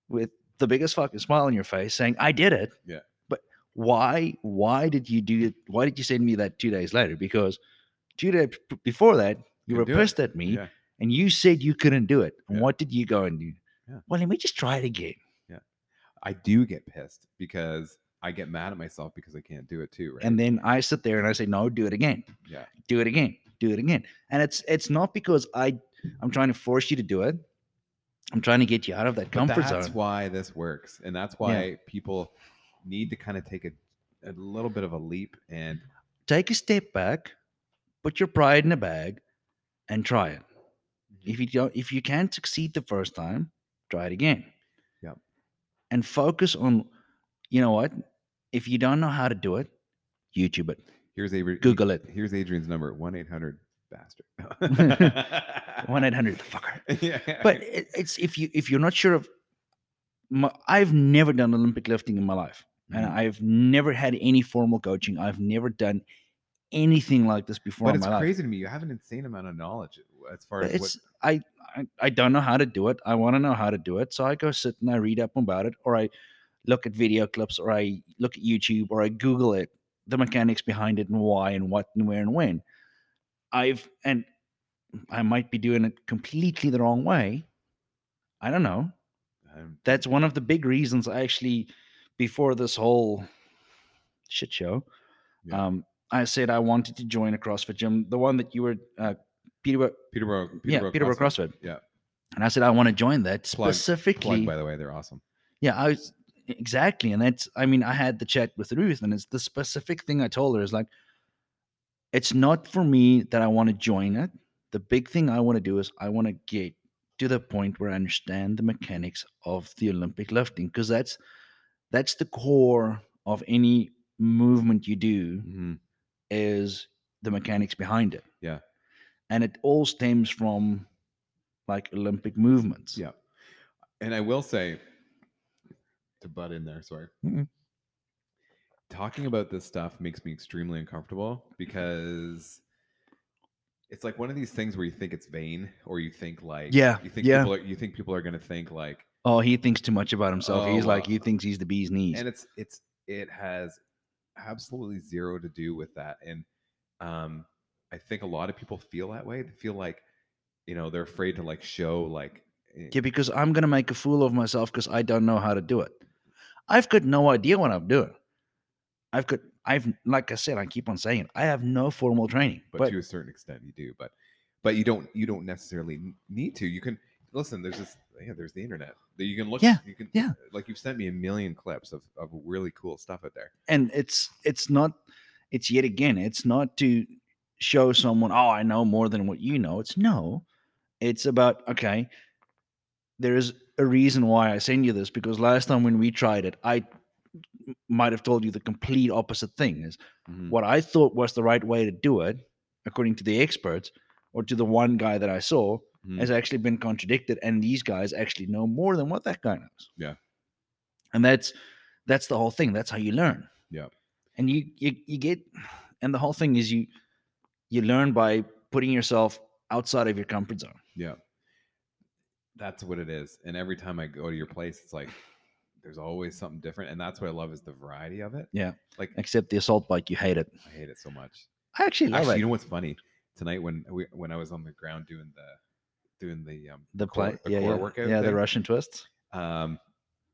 [SPEAKER 3] with the biggest fucking smile on your face, saying I did it.
[SPEAKER 2] Yeah.
[SPEAKER 3] But why? Why did you do it? Why did you send me that two days later? Because two days p- before that, you
[SPEAKER 2] Couldn't
[SPEAKER 3] were
[SPEAKER 2] do it.
[SPEAKER 3] pissed at me
[SPEAKER 2] yeah,
[SPEAKER 3] and you said you couldn't do it. And
[SPEAKER 2] Yeah.
[SPEAKER 3] what did you go and do?
[SPEAKER 2] Yeah.
[SPEAKER 3] Well, let me just try it again.
[SPEAKER 2] I do get pissed because I get mad at myself because I can't do it too, right?
[SPEAKER 3] And then I sit there and I say, no, do it again.
[SPEAKER 2] Yeah.
[SPEAKER 3] Do it again. Do it again. And it's it's not because I I'm trying to force you to do it. I'm trying to get you out of that
[SPEAKER 2] But
[SPEAKER 3] comfort
[SPEAKER 2] that's
[SPEAKER 3] zone.
[SPEAKER 2] why this works, and that's why people need to kind of take a a little bit of a leap and
[SPEAKER 3] Take a step back, put your pride in a bag, and try it.
[SPEAKER 2] Mm-hmm.
[SPEAKER 3] If you don't, if you can't succeed the first time, try it again.
[SPEAKER 2] Yep.
[SPEAKER 3] And focus on, you know what? If you don't know how to do it, YouTube it.
[SPEAKER 2] here's Adrian.
[SPEAKER 3] Google it.
[SPEAKER 2] Here's Adrian's number: one eight hundred bastard.
[SPEAKER 3] One eight hundred fucker.
[SPEAKER 2] yeah.
[SPEAKER 3] But it, it's if you if you're not sure of, my, I've never done Olympic lifting in my life, and
[SPEAKER 2] Mhm.
[SPEAKER 3] I've never had any formal coaching. I've never done anything like this before
[SPEAKER 2] But
[SPEAKER 3] in
[SPEAKER 2] it's
[SPEAKER 3] my life.
[SPEAKER 2] crazy to me. You have an insane amount of knowledge as far
[SPEAKER 3] But
[SPEAKER 2] as what
[SPEAKER 3] it's I, I i don't know how to do it i want to know how to do it so i go sit and i read up about it or i look at video clips or i look at youtube or i google it the mechanics behind it and why and what and where and when i've and i might be doing it completely the wrong way i don't know
[SPEAKER 2] I'm-
[SPEAKER 3] that's one of the big reasons I actually before this whole shit show
[SPEAKER 2] Yeah.
[SPEAKER 3] um i said i wanted to join a crossfit gym the one that you were uh peterborough
[SPEAKER 2] Peterborough.
[SPEAKER 3] yeah, Peterborough CrossFit.
[SPEAKER 2] Yeah.
[SPEAKER 3] And I said, I want to join that
[SPEAKER 2] Plug- plug,
[SPEAKER 3] specifically.
[SPEAKER 2] Plug, by the way, they're awesome.
[SPEAKER 3] yeah, I was e-, exactly. And that's, I mean, I had the chat with Ruth, and it's the specific thing I told her is like, it's not for me that I want to join it. The big thing I want to do is I want to get to the point where I understand the mechanics of the Olympic lifting because that's that's the core of any movement you do
[SPEAKER 2] Mhm.
[SPEAKER 3] is the mechanics behind it.
[SPEAKER 2] Yeah.
[SPEAKER 3] And it all stems from like Olympic movements.
[SPEAKER 2] Yeah. And I will say to butt in there, sorry.
[SPEAKER 3] Mm-mm.
[SPEAKER 2] Talking about this stuff makes me extremely uncomfortable because it's like one of these things where you think it's vain or you think like
[SPEAKER 3] Yeah,
[SPEAKER 2] you think
[SPEAKER 3] yeah.
[SPEAKER 2] people are, you think people are going to think like
[SPEAKER 3] Oh, he thinks too much about himself.
[SPEAKER 2] Oh,
[SPEAKER 3] he's like
[SPEAKER 2] wow.
[SPEAKER 3] he thinks he's the bee's knees.
[SPEAKER 2] and it's it's it has absolutely zero to do with that and um i think a lot of people feel that way they feel like you know they're afraid to like show like eh,
[SPEAKER 3] yeah, because I'm gonna make a fool of myself because I don't know how to do it. I've got no idea what I'm doing. I've got I've like I said, I keep on saying I have no formal training.
[SPEAKER 2] but,
[SPEAKER 3] But,
[SPEAKER 2] to a certain extent you do but but you don't you don't necessarily n- need to you can listen there's this yeah there's the internet that you can look
[SPEAKER 3] Yeah,
[SPEAKER 2] you can
[SPEAKER 3] yeah.
[SPEAKER 2] like you've sent me a million clips of, of really cool stuff out there
[SPEAKER 3] and it's it's not it's yet again, it's not to show someone, oh, I know more than what you know. It's no. It's about okay, there is a reason why I send you this because last time when we tried it, I might have told you the complete opposite thing is
[SPEAKER 2] Mm-hmm.
[SPEAKER 3] what I thought was the right way to do it, according to the experts or to the one guy that I saw,
[SPEAKER 2] Mhm.
[SPEAKER 3] has actually been contradicted, and these guys actually know more than what that guy knows.
[SPEAKER 2] Yeah.
[SPEAKER 3] and that's that's the whole thing. That's how you learn.
[SPEAKER 2] Yep.
[SPEAKER 3] and you you you get, and the whole thing is you you learn by putting yourself outside of your comfort zone.
[SPEAKER 2] Yeah. That's what it is. And every time I go to your place, it's like there's always something different. And that's what I love is the variety of it.
[SPEAKER 3] Yeah.
[SPEAKER 2] Like
[SPEAKER 3] Except the assault bike, you hate it.
[SPEAKER 2] I hate it so much.
[SPEAKER 3] I actually love
[SPEAKER 2] Actually,
[SPEAKER 3] it.
[SPEAKER 2] you know what's funny? Tonight when we when I was on the ground doing the doing the um
[SPEAKER 3] the
[SPEAKER 2] core-
[SPEAKER 3] play,
[SPEAKER 2] the
[SPEAKER 3] yeah,
[SPEAKER 2] core
[SPEAKER 3] yeah,
[SPEAKER 2] workout
[SPEAKER 3] yeah, the
[SPEAKER 2] thing?
[SPEAKER 3] Russian twists.
[SPEAKER 2] um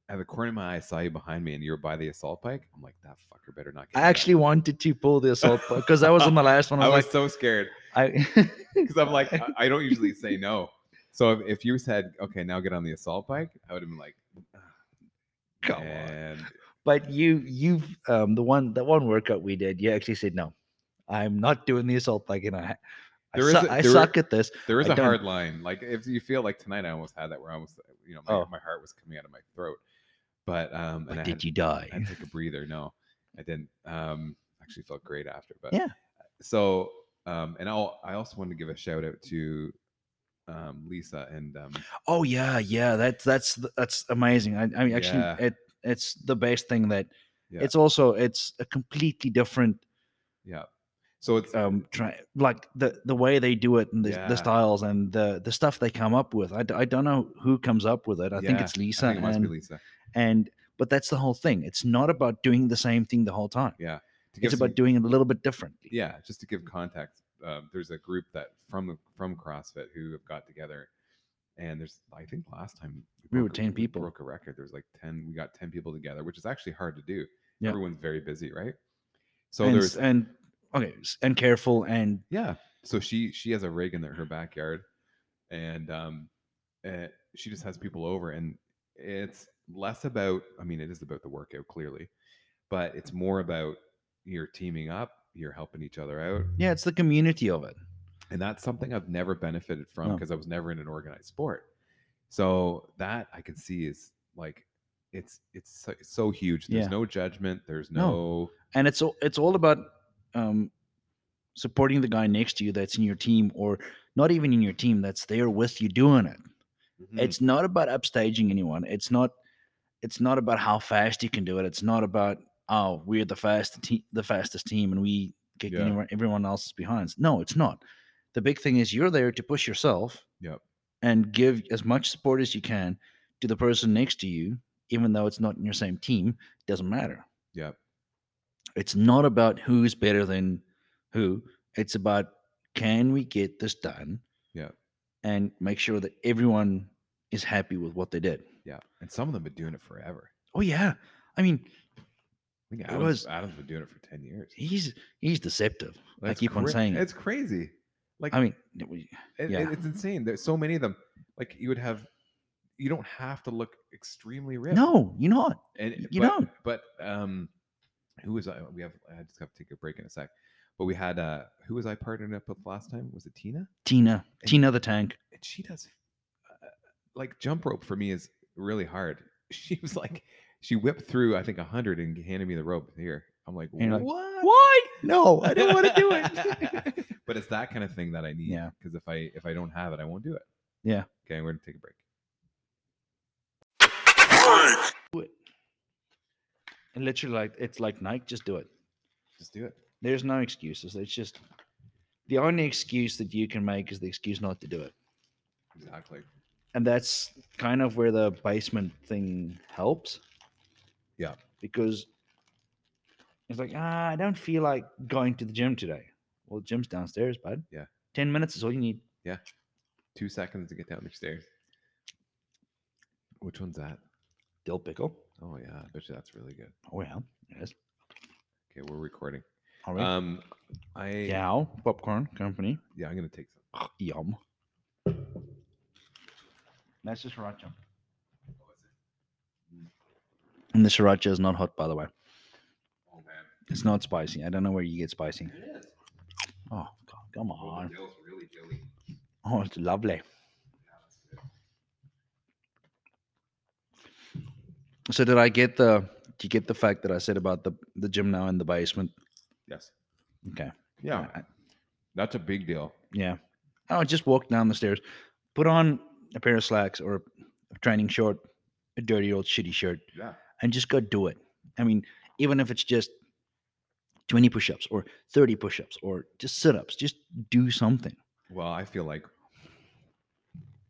[SPEAKER 2] out of the corner of my eye I saw you behind me and you were by the assault bike. I'm like, that fucker better not get
[SPEAKER 3] I
[SPEAKER 2] me that."
[SPEAKER 3] actually wanted to pull the assault bike because that was on the last one. I
[SPEAKER 2] I
[SPEAKER 3] was,
[SPEAKER 2] was so scared
[SPEAKER 3] like, I
[SPEAKER 2] because I'm like, I- I don't usually say no. So if, if you said, okay, now get on the assault bike, I would have been like,
[SPEAKER 3] Come on.
[SPEAKER 2] "Man,
[SPEAKER 3] Eh, but you you've um the one that one workout we did you actually said no i'm not doing the assault bike and i I,
[SPEAKER 2] There is
[SPEAKER 3] su-
[SPEAKER 2] a-
[SPEAKER 3] I
[SPEAKER 2] there-
[SPEAKER 3] suck at this
[SPEAKER 2] There is
[SPEAKER 3] I
[SPEAKER 2] a
[SPEAKER 3] don't-
[SPEAKER 2] hard line. Like if you feel like tonight, I almost had that where I almost, you know, my,
[SPEAKER 3] Oh.
[SPEAKER 2] my heart was coming out of my throat. But um,
[SPEAKER 3] but
[SPEAKER 2] and I
[SPEAKER 3] did
[SPEAKER 2] had,
[SPEAKER 3] you die
[SPEAKER 2] I had to take a breather. No, I didn't. Um, actually felt great after. But
[SPEAKER 3] Yeah.
[SPEAKER 2] So um, and I'll I also wanted to give a shout out to um Lisa and um
[SPEAKER 3] oh yeah yeah that's that's th- that's amazing i, I mean actually
[SPEAKER 2] Yeah.
[SPEAKER 3] it it's the best thing that
[SPEAKER 2] Yeah.
[SPEAKER 3] it's also it's a completely different
[SPEAKER 2] yeah. So it's
[SPEAKER 3] um try, like the the way they do it and the,
[SPEAKER 2] Yeah.
[SPEAKER 3] the styles and the the stuff they come up with I, d- I don't know who comes up with it i think
[SPEAKER 2] Yeah,
[SPEAKER 3] it's
[SPEAKER 2] I
[SPEAKER 3] lisa
[SPEAKER 2] think it must
[SPEAKER 3] and
[SPEAKER 2] be Lisa.
[SPEAKER 3] and but that's the whole thing it's not about doing the same thing the whole time
[SPEAKER 2] To give
[SPEAKER 3] it's about
[SPEAKER 2] some-
[SPEAKER 3] doing it a little bit differently
[SPEAKER 2] yeah just to give context uh, there's a group that from from crossfit who have got together and there's i think last time
[SPEAKER 3] We were
[SPEAKER 2] broke a-
[SPEAKER 3] 10 people.
[SPEAKER 2] broke a record there's like 10 we got 10 people together which is actually hard to do
[SPEAKER 3] Yeah.
[SPEAKER 2] everyone's very busy right so
[SPEAKER 3] and,
[SPEAKER 2] there's
[SPEAKER 3] s- and okay s- and careful and
[SPEAKER 2] yeah so she she has a rig in the, her backyard and um eh, she just has people over and it's less about i mean it is about the workout clearly but it's more about you're teaming up you're helping each other out
[SPEAKER 3] yeah it's the community of it
[SPEAKER 2] and that's something I've never benefited from
[SPEAKER 3] No.
[SPEAKER 2] because I was never in an organized sport. So that I can see is like it's it's so, it's so huge. There's
[SPEAKER 3] Yeah.
[SPEAKER 2] no judgment. There's
[SPEAKER 3] No.
[SPEAKER 2] no,
[SPEAKER 3] and it's all it's all about um supporting the guy next to you that's in your team or not even in your team that's there with you doing it
[SPEAKER 2] Mm.
[SPEAKER 3] it's not about upstaging anyone it's not it's not about how fast you can do it it's not about oh we're the fast te- the fastest team and we kick
[SPEAKER 2] Yeah.
[SPEAKER 3] anyone, everyone else's behind no it's not the big thing is you're there to push yourself
[SPEAKER 2] Yep.
[SPEAKER 3] and give as much support as you can to the person next to you even though it's not in your same team it doesn't matter
[SPEAKER 2] yeah,
[SPEAKER 3] it's not about who's better than who it's about can we get this done
[SPEAKER 2] Yeah.
[SPEAKER 3] and make sure that everyone is happy with what they did
[SPEAKER 2] yeah. And some of them have been doing it forever.
[SPEAKER 3] Oh yeah. I mean,
[SPEAKER 2] I think
[SPEAKER 3] It
[SPEAKER 2] Adam's,
[SPEAKER 3] was-
[SPEAKER 2] Adam's been doing it for ten years.
[SPEAKER 3] he's he's deceptive.
[SPEAKER 2] That's
[SPEAKER 3] keep on
[SPEAKER 2] cra-
[SPEAKER 3] saying it.
[SPEAKER 2] it's crazy. Like
[SPEAKER 3] I mean, it was-
[SPEAKER 2] It,
[SPEAKER 3] Yeah.
[SPEAKER 2] it- it's insane. There's so many of them. Like you would have, you don't have to look extremely ripped.
[SPEAKER 3] no, you're not.
[SPEAKER 2] and
[SPEAKER 3] you
[SPEAKER 2] but,
[SPEAKER 3] don't.
[SPEAKER 2] But um, who was I? We have. I just have to take a break in a sec. But we had uh, who was I partnered up with last time? Was it Tina?
[SPEAKER 3] Tina,
[SPEAKER 2] And-
[SPEAKER 3] Tina the tank.
[SPEAKER 2] And she does uh, like jump rope for me is really hard. She was like, She whipped through, I think, hundred and handed me the rope. Here, I'm like,
[SPEAKER 3] And you're like,
[SPEAKER 2] what?
[SPEAKER 3] Why? No, I don't want to do it.
[SPEAKER 2] it. but it's that kind of thing that I need.
[SPEAKER 3] Yeah.
[SPEAKER 2] Because if I if I don't have it, I won't do it.
[SPEAKER 3] Yeah.
[SPEAKER 2] Okay, we're gonna take a break.
[SPEAKER 3] and literally, like it's like Nike, just do it.
[SPEAKER 2] Just do it.
[SPEAKER 3] There's no excuses. It's just the only excuse that you can make is the excuse not to do it.
[SPEAKER 2] Exactly.
[SPEAKER 3] and that's kind of where the basement thing helps.
[SPEAKER 2] Yeah.
[SPEAKER 3] Because it's like, ah, I don't feel like going to the gym today. Well, the gym's downstairs, bud.
[SPEAKER 2] Yeah.
[SPEAKER 3] 10 minutes is all you need.
[SPEAKER 2] Two seconds to get down the stairs. Which one's that?
[SPEAKER 3] Dill pickle.
[SPEAKER 2] Oh yeah, I bet you that's really good.
[SPEAKER 3] Oh, yeah. Yes.
[SPEAKER 2] Okay, we're recording.
[SPEAKER 3] All right.
[SPEAKER 2] Um, I yeah,
[SPEAKER 3] Yow Popcorn Company.
[SPEAKER 2] yeah I'm gonna take some.
[SPEAKER 3] Yum. That's just sriracha. And the sriracha is not hot, by the way.
[SPEAKER 2] Oh man,
[SPEAKER 3] It's not spicy. I don't know where you get spicy.
[SPEAKER 2] it is.
[SPEAKER 3] Oh, God, come on.
[SPEAKER 2] really jelly.
[SPEAKER 3] Oh, it's lovely. So did I get the? Do you get the fact that I said about the the gym now in the basement?
[SPEAKER 2] Yes.
[SPEAKER 3] Okay.
[SPEAKER 2] Yeah,
[SPEAKER 3] I-
[SPEAKER 2] that's a big deal.
[SPEAKER 3] Yeah. Oh, I just walked down the stairs, put on a pair of slacks or a training short, a dirty old shitty shirt,
[SPEAKER 2] Yeah.
[SPEAKER 3] and just go do it. I mean, even if it's just twenty push-ups or thirty push-ups or just sit-ups, just do something.
[SPEAKER 2] Well, I feel like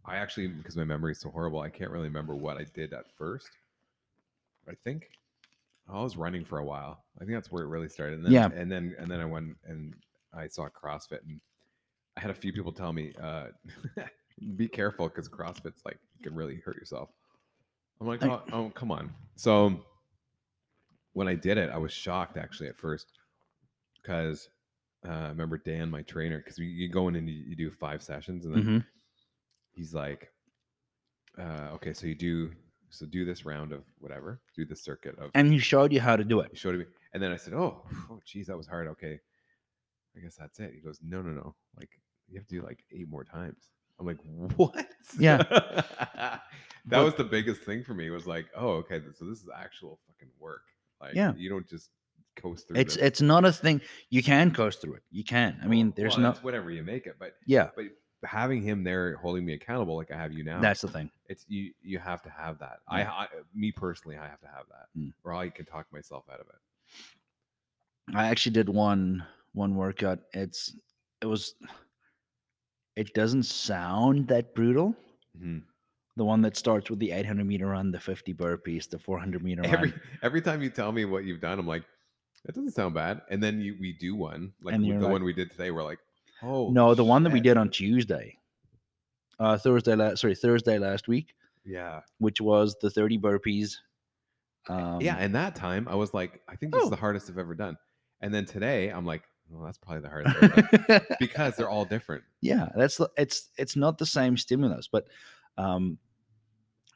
[SPEAKER 2] I actually because my memory is so horrible, I can't really remember what I did at first. I think I was running for a while. I think that's where it really started. And then,
[SPEAKER 3] Yeah.
[SPEAKER 2] And then and then I went and I saw CrossFit and I had a few people tell me, uh, be careful because CrossFit's like you can really hurt yourself. I'm like, oh,
[SPEAKER 3] Like-
[SPEAKER 2] oh, come on. So when I did it, I was shocked actually at first because uh, I remember Dan, my trainer, because you go in and you, you do five sessions, and then
[SPEAKER 3] Mhm.
[SPEAKER 2] he's like, uh, "Okay, so you do so do this round of whatever, do the circuit of."
[SPEAKER 3] And he showed you how to do
[SPEAKER 2] he
[SPEAKER 3] it.
[SPEAKER 2] showed me, and then I said, "Oh, oh, geez, that was hard. Okay, I guess that's it." He goes, "No, no, no. Like you have to do like eight more times." I'm like, "What?"
[SPEAKER 3] Yeah.
[SPEAKER 2] that
[SPEAKER 3] But-
[SPEAKER 2] was the biggest thing for me. Was like, "Oh, okay, th- so this is actual fucking work. Like,
[SPEAKER 3] Yeah.
[SPEAKER 2] you don't just coast through."
[SPEAKER 3] It's
[SPEAKER 2] this.
[SPEAKER 3] it's not a thing. You can coast through it. You can. I mean, there's
[SPEAKER 2] well,
[SPEAKER 3] no.
[SPEAKER 2] it's whatever you make it, but
[SPEAKER 3] Yeah,
[SPEAKER 2] having him there holding me accountable, like I have you now,
[SPEAKER 3] that's the thing.
[SPEAKER 2] it's you you have to have that I,
[SPEAKER 3] Yeah.
[SPEAKER 2] I me personally i have to have that
[SPEAKER 3] Mm.
[SPEAKER 2] or i can talk myself out of it
[SPEAKER 3] I actually did one one workout. It's it was it doesn't sound that brutal.
[SPEAKER 2] Hmm.
[SPEAKER 3] The one that starts with the 800 meter run, the 50 burpees, the 400 meter
[SPEAKER 2] every
[SPEAKER 3] run,
[SPEAKER 2] every time you tell me what you've done i'm like that doesn't sound bad and then you, we do one like
[SPEAKER 3] And
[SPEAKER 2] with
[SPEAKER 3] you're
[SPEAKER 2] the
[SPEAKER 3] like-
[SPEAKER 2] one we did today we're like oh
[SPEAKER 3] no, the one that we
[SPEAKER 2] shit."
[SPEAKER 3] did on Tuesday, uh, Thursday last, sorry, Thursday last week,
[SPEAKER 2] yeah
[SPEAKER 3] which was the 30 burpees. Um,
[SPEAKER 2] yeah and that time i was like i think this
[SPEAKER 3] Oh.
[SPEAKER 2] is the hardest i've ever done and then today i'm like well that's probably the hardest I've ever done. because they're all different
[SPEAKER 3] yeah that's the- it's it's not the same stimulus but um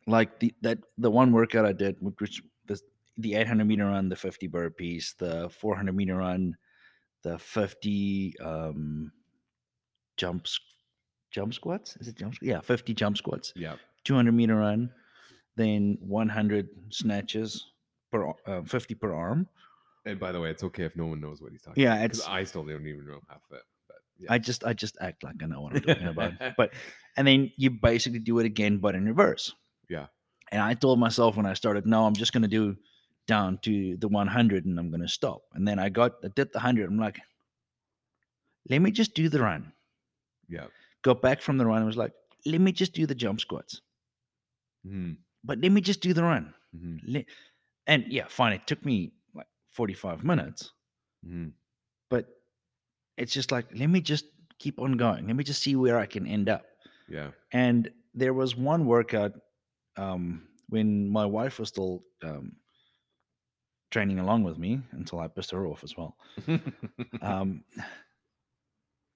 [SPEAKER 3] like the that the one workout i did which was the, the 800 meter run the 50 burpees the 400 meter run the 50 um jumps jump squats is it jump squ- yeah 50 jump squats
[SPEAKER 2] yeah
[SPEAKER 3] 200 meter run then 100 snatches per ar- uh, 50 per arm
[SPEAKER 2] and by the way it's okay if no one knows what he's talking
[SPEAKER 3] yeah
[SPEAKER 2] about, 'cause
[SPEAKER 3] it's
[SPEAKER 2] i still don't even know half of it but yeah
[SPEAKER 3] I just I just act like I know what I'm talking about. But and then you basically do it again but in reverse.
[SPEAKER 2] Yeah.
[SPEAKER 3] And I told myself when I started, no, I'm just gonna do down to the 100 and I'm gonna stop. And then I got I did the 100. I'm like, let me just do the run.
[SPEAKER 2] yeah
[SPEAKER 3] Got back from the run and was like, let me just do the jump squats.
[SPEAKER 2] Mhm,
[SPEAKER 3] But let me just do the run.
[SPEAKER 2] mhm,
[SPEAKER 3] Le- and yeah, fine. It took me like 45 minutes,
[SPEAKER 2] mhm.
[SPEAKER 3] but it's just like let me just keep on going. Let me just see where I can end up.
[SPEAKER 2] mm-hmm, yeah
[SPEAKER 3] And there was one workout um, when my wife was still um, training along with me until I pissed her off as well. Um,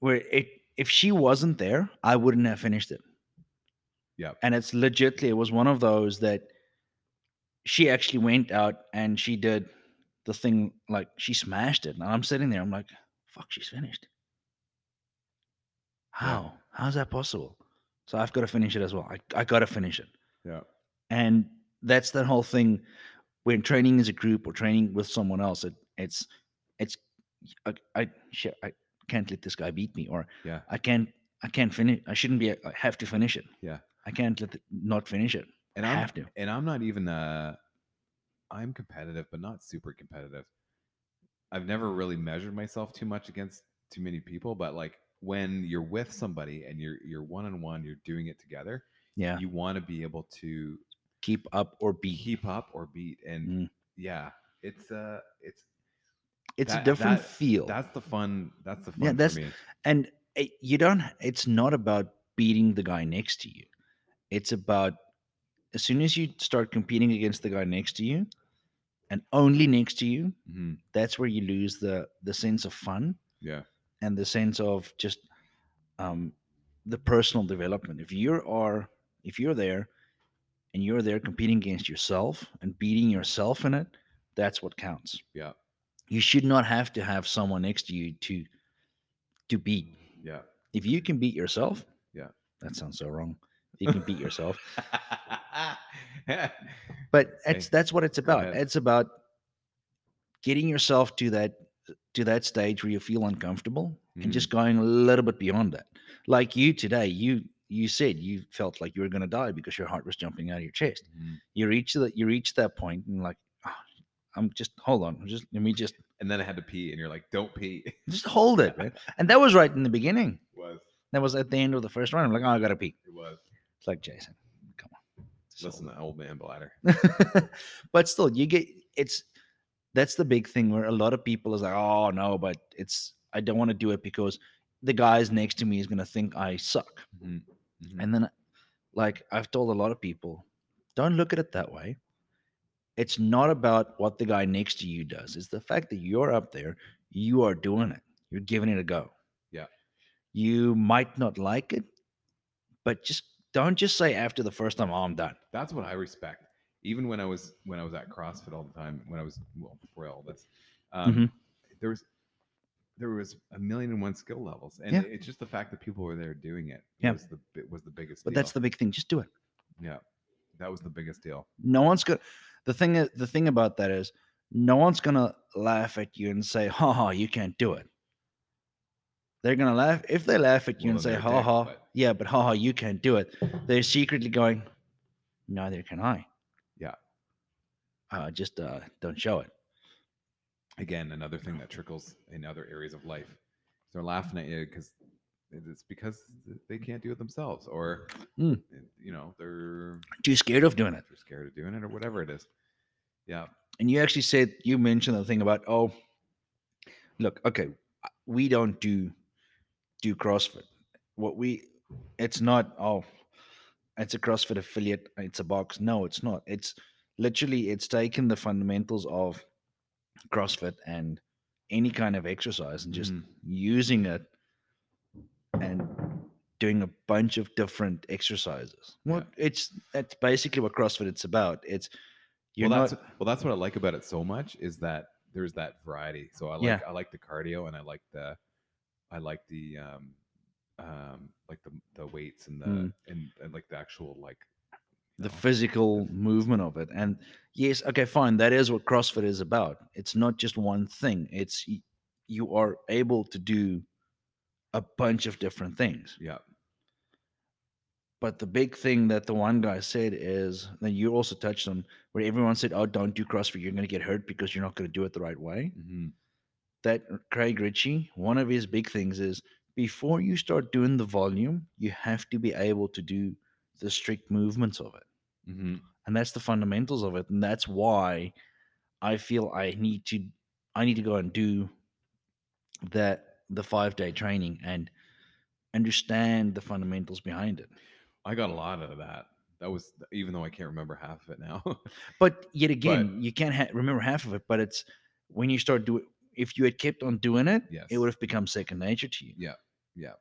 [SPEAKER 3] where it, if she wasn't there, I wouldn't have finished it.
[SPEAKER 2] Yep.
[SPEAKER 3] And it's legitly, it was one of those that she actually went out and she did the thing, like she smashed it. And I'm sitting there, I'm like, fuck, she's finished. How? How's that possible? So I've got to finish it as well. I, I got to finish it.
[SPEAKER 2] Yeah.
[SPEAKER 3] And that's the whole thing when training as a group or training with someone else, it, it's it's I, I shit, I can't let this guy beat me, or
[SPEAKER 2] Yeah.
[SPEAKER 3] I can't I can't finish. I shouldn't be. I have to finish it.
[SPEAKER 2] Yeah.
[SPEAKER 3] I can't let the, not finish it.
[SPEAKER 2] and
[SPEAKER 3] I
[SPEAKER 2] I'm
[SPEAKER 3] have to.
[SPEAKER 2] and I'm not even uh I'm competitive, but not super competitive. I've never really measured myself too much against too many people, but like when you're with somebody and you're you're one on one, you're doing it together,
[SPEAKER 3] Yeah,
[SPEAKER 2] you want to be able to
[SPEAKER 3] keep up or be.
[SPEAKER 2] keep up or beat. And
[SPEAKER 3] Mm.
[SPEAKER 2] yeah, it's uh it's
[SPEAKER 3] It's
[SPEAKER 2] that-
[SPEAKER 3] a different
[SPEAKER 2] that-
[SPEAKER 3] feel.
[SPEAKER 2] that's the fun that's the fun
[SPEAKER 3] Yeah, that's-
[SPEAKER 2] for me.
[SPEAKER 3] and it, you don't it's not about beating the guy next to you it's about as soon as you start competing against the guy next to you and only next to you
[SPEAKER 2] Mhm.
[SPEAKER 3] that's where you lose the the sense of fun
[SPEAKER 2] Yeah.
[SPEAKER 3] and the sense of just um the personal development if you are if you're there and you're there competing against yourself and beating yourself in it that's what counts
[SPEAKER 2] Yeah.
[SPEAKER 3] you should not have to have someone next to you to to beat
[SPEAKER 2] Yeah.
[SPEAKER 3] if you can beat yourself,
[SPEAKER 2] Yeah.
[SPEAKER 3] that sounds so wrong. If You can beat yourself,
[SPEAKER 2] Hey,
[SPEAKER 3] but it's that's what it's
[SPEAKER 2] go
[SPEAKER 3] about.
[SPEAKER 2] ahead.
[SPEAKER 3] It's about getting yourself to that to that stage where you feel uncomfortable
[SPEAKER 2] Mhm.
[SPEAKER 3] and just going a little bit beyond that. Like you today, you you said you felt like you were going to die because your heart was jumping out of your chest.
[SPEAKER 2] Mhm.
[SPEAKER 3] You reach that you reach that point and like, "Ah, I'm just hold on, just let me just
[SPEAKER 2] and then I had to pee, and you're like, "Don't pee."
[SPEAKER 3] just hold it, man. And that was right in the beginning.
[SPEAKER 2] was
[SPEAKER 3] That was at the end of the first round. I'm like, oh, I gotta pee.
[SPEAKER 2] it was
[SPEAKER 3] It's like Jason, come on, just hold
[SPEAKER 2] listen to old man bladder.
[SPEAKER 3] but still you get it's that's the big thing where a lot of people is like oh no but it's i don't want to do it because the guys next to me is going to think i suck
[SPEAKER 2] Mhm. Mhm.
[SPEAKER 3] and then like i've told a lot of people don't look at it that way it's not about what the guy next to you does it's the fact that you're up there you are doing it you're giving it a go
[SPEAKER 2] Yeah.
[SPEAKER 3] you might not like it but just don't just say after the first time oh, i'm done
[SPEAKER 2] That's what I respect. Even when I was when I was at CrossFit all the time, when I was well before all this, um,
[SPEAKER 3] Mhm.
[SPEAKER 2] there was there was a million and one skill levels, and
[SPEAKER 3] Yeah.
[SPEAKER 2] it's just the fact that people were there doing it
[SPEAKER 3] Yeah.
[SPEAKER 2] was the bi- was the biggest.
[SPEAKER 3] but that's the
[SPEAKER 2] deal.
[SPEAKER 3] big thing just do it
[SPEAKER 2] yeah, that was the biggest deal.
[SPEAKER 3] no one's gonna the thing i- the thing about that is no one's gonna laugh at you and say ha ha you can't do it they're gonna laugh if they laugh at you
[SPEAKER 2] Well,
[SPEAKER 3] and
[SPEAKER 2] then
[SPEAKER 3] say
[SPEAKER 2] they're a
[SPEAKER 3] ha
[SPEAKER 2] dick,
[SPEAKER 3] ha
[SPEAKER 2] but-
[SPEAKER 3] yeah but ha ha you can't do it they're secretly going neither can i
[SPEAKER 2] Yeah.
[SPEAKER 3] uh, just uh, don't show it
[SPEAKER 2] Again, another thing that trickles in other areas of life. They're laughing at you because it's because they can't do it themselves, or
[SPEAKER 3] Mm.
[SPEAKER 2] you know they're
[SPEAKER 3] too scared of doing it
[SPEAKER 2] they're scared of doing it, or whatever it is. Yeah,
[SPEAKER 3] and you actually said you mentioned the thing about oh look okay uh, we don't do do crossfit what we it's not oh it's a crossfit affiliate it's a box no it's not it's literally it's taken the fundamentals of crossfit and any kind of exercise and just
[SPEAKER 2] Mhm.
[SPEAKER 3] using it and doing a bunch of different exercises well it's that's basically what crossfit it's about it's you're
[SPEAKER 2] well,
[SPEAKER 3] not
[SPEAKER 2] that's well, that's what I like about it so much is that there's that variety. So I like
[SPEAKER 3] Yeah.
[SPEAKER 2] I like the cardio and I like the I like the um um like the the weights and the
[SPEAKER 3] Mm.
[SPEAKER 2] and, and like the actual like you
[SPEAKER 3] the
[SPEAKER 2] know,
[SPEAKER 3] physical movement of it. And yes, okay, fine. That is what CrossFit is about. It's not just one thing. It's y- you are able to do a bunch of different things.
[SPEAKER 2] yeah
[SPEAKER 3] But the big thing that the one guy said is that you also touched on where everyone said, "Oh, don't do CrossFit. You're going to get hurt because you're not going to do it the right way."
[SPEAKER 2] hmm
[SPEAKER 3] That Craig Ritchie, one of his big things is before you start doing the volume, you have to be able to do the strict movements of it.
[SPEAKER 2] hmm
[SPEAKER 3] and that's the fundamentals of it and that's why i feel i need to i need to go and do that the five day training and understand the fundamentals behind it
[SPEAKER 2] I got a lot out of that. That was even though I can't remember half of it now.
[SPEAKER 3] but yet again you can't ha- remember half of it but it's when you start doing if you had kept on doing it
[SPEAKER 2] yes,
[SPEAKER 3] it would have become second nature to you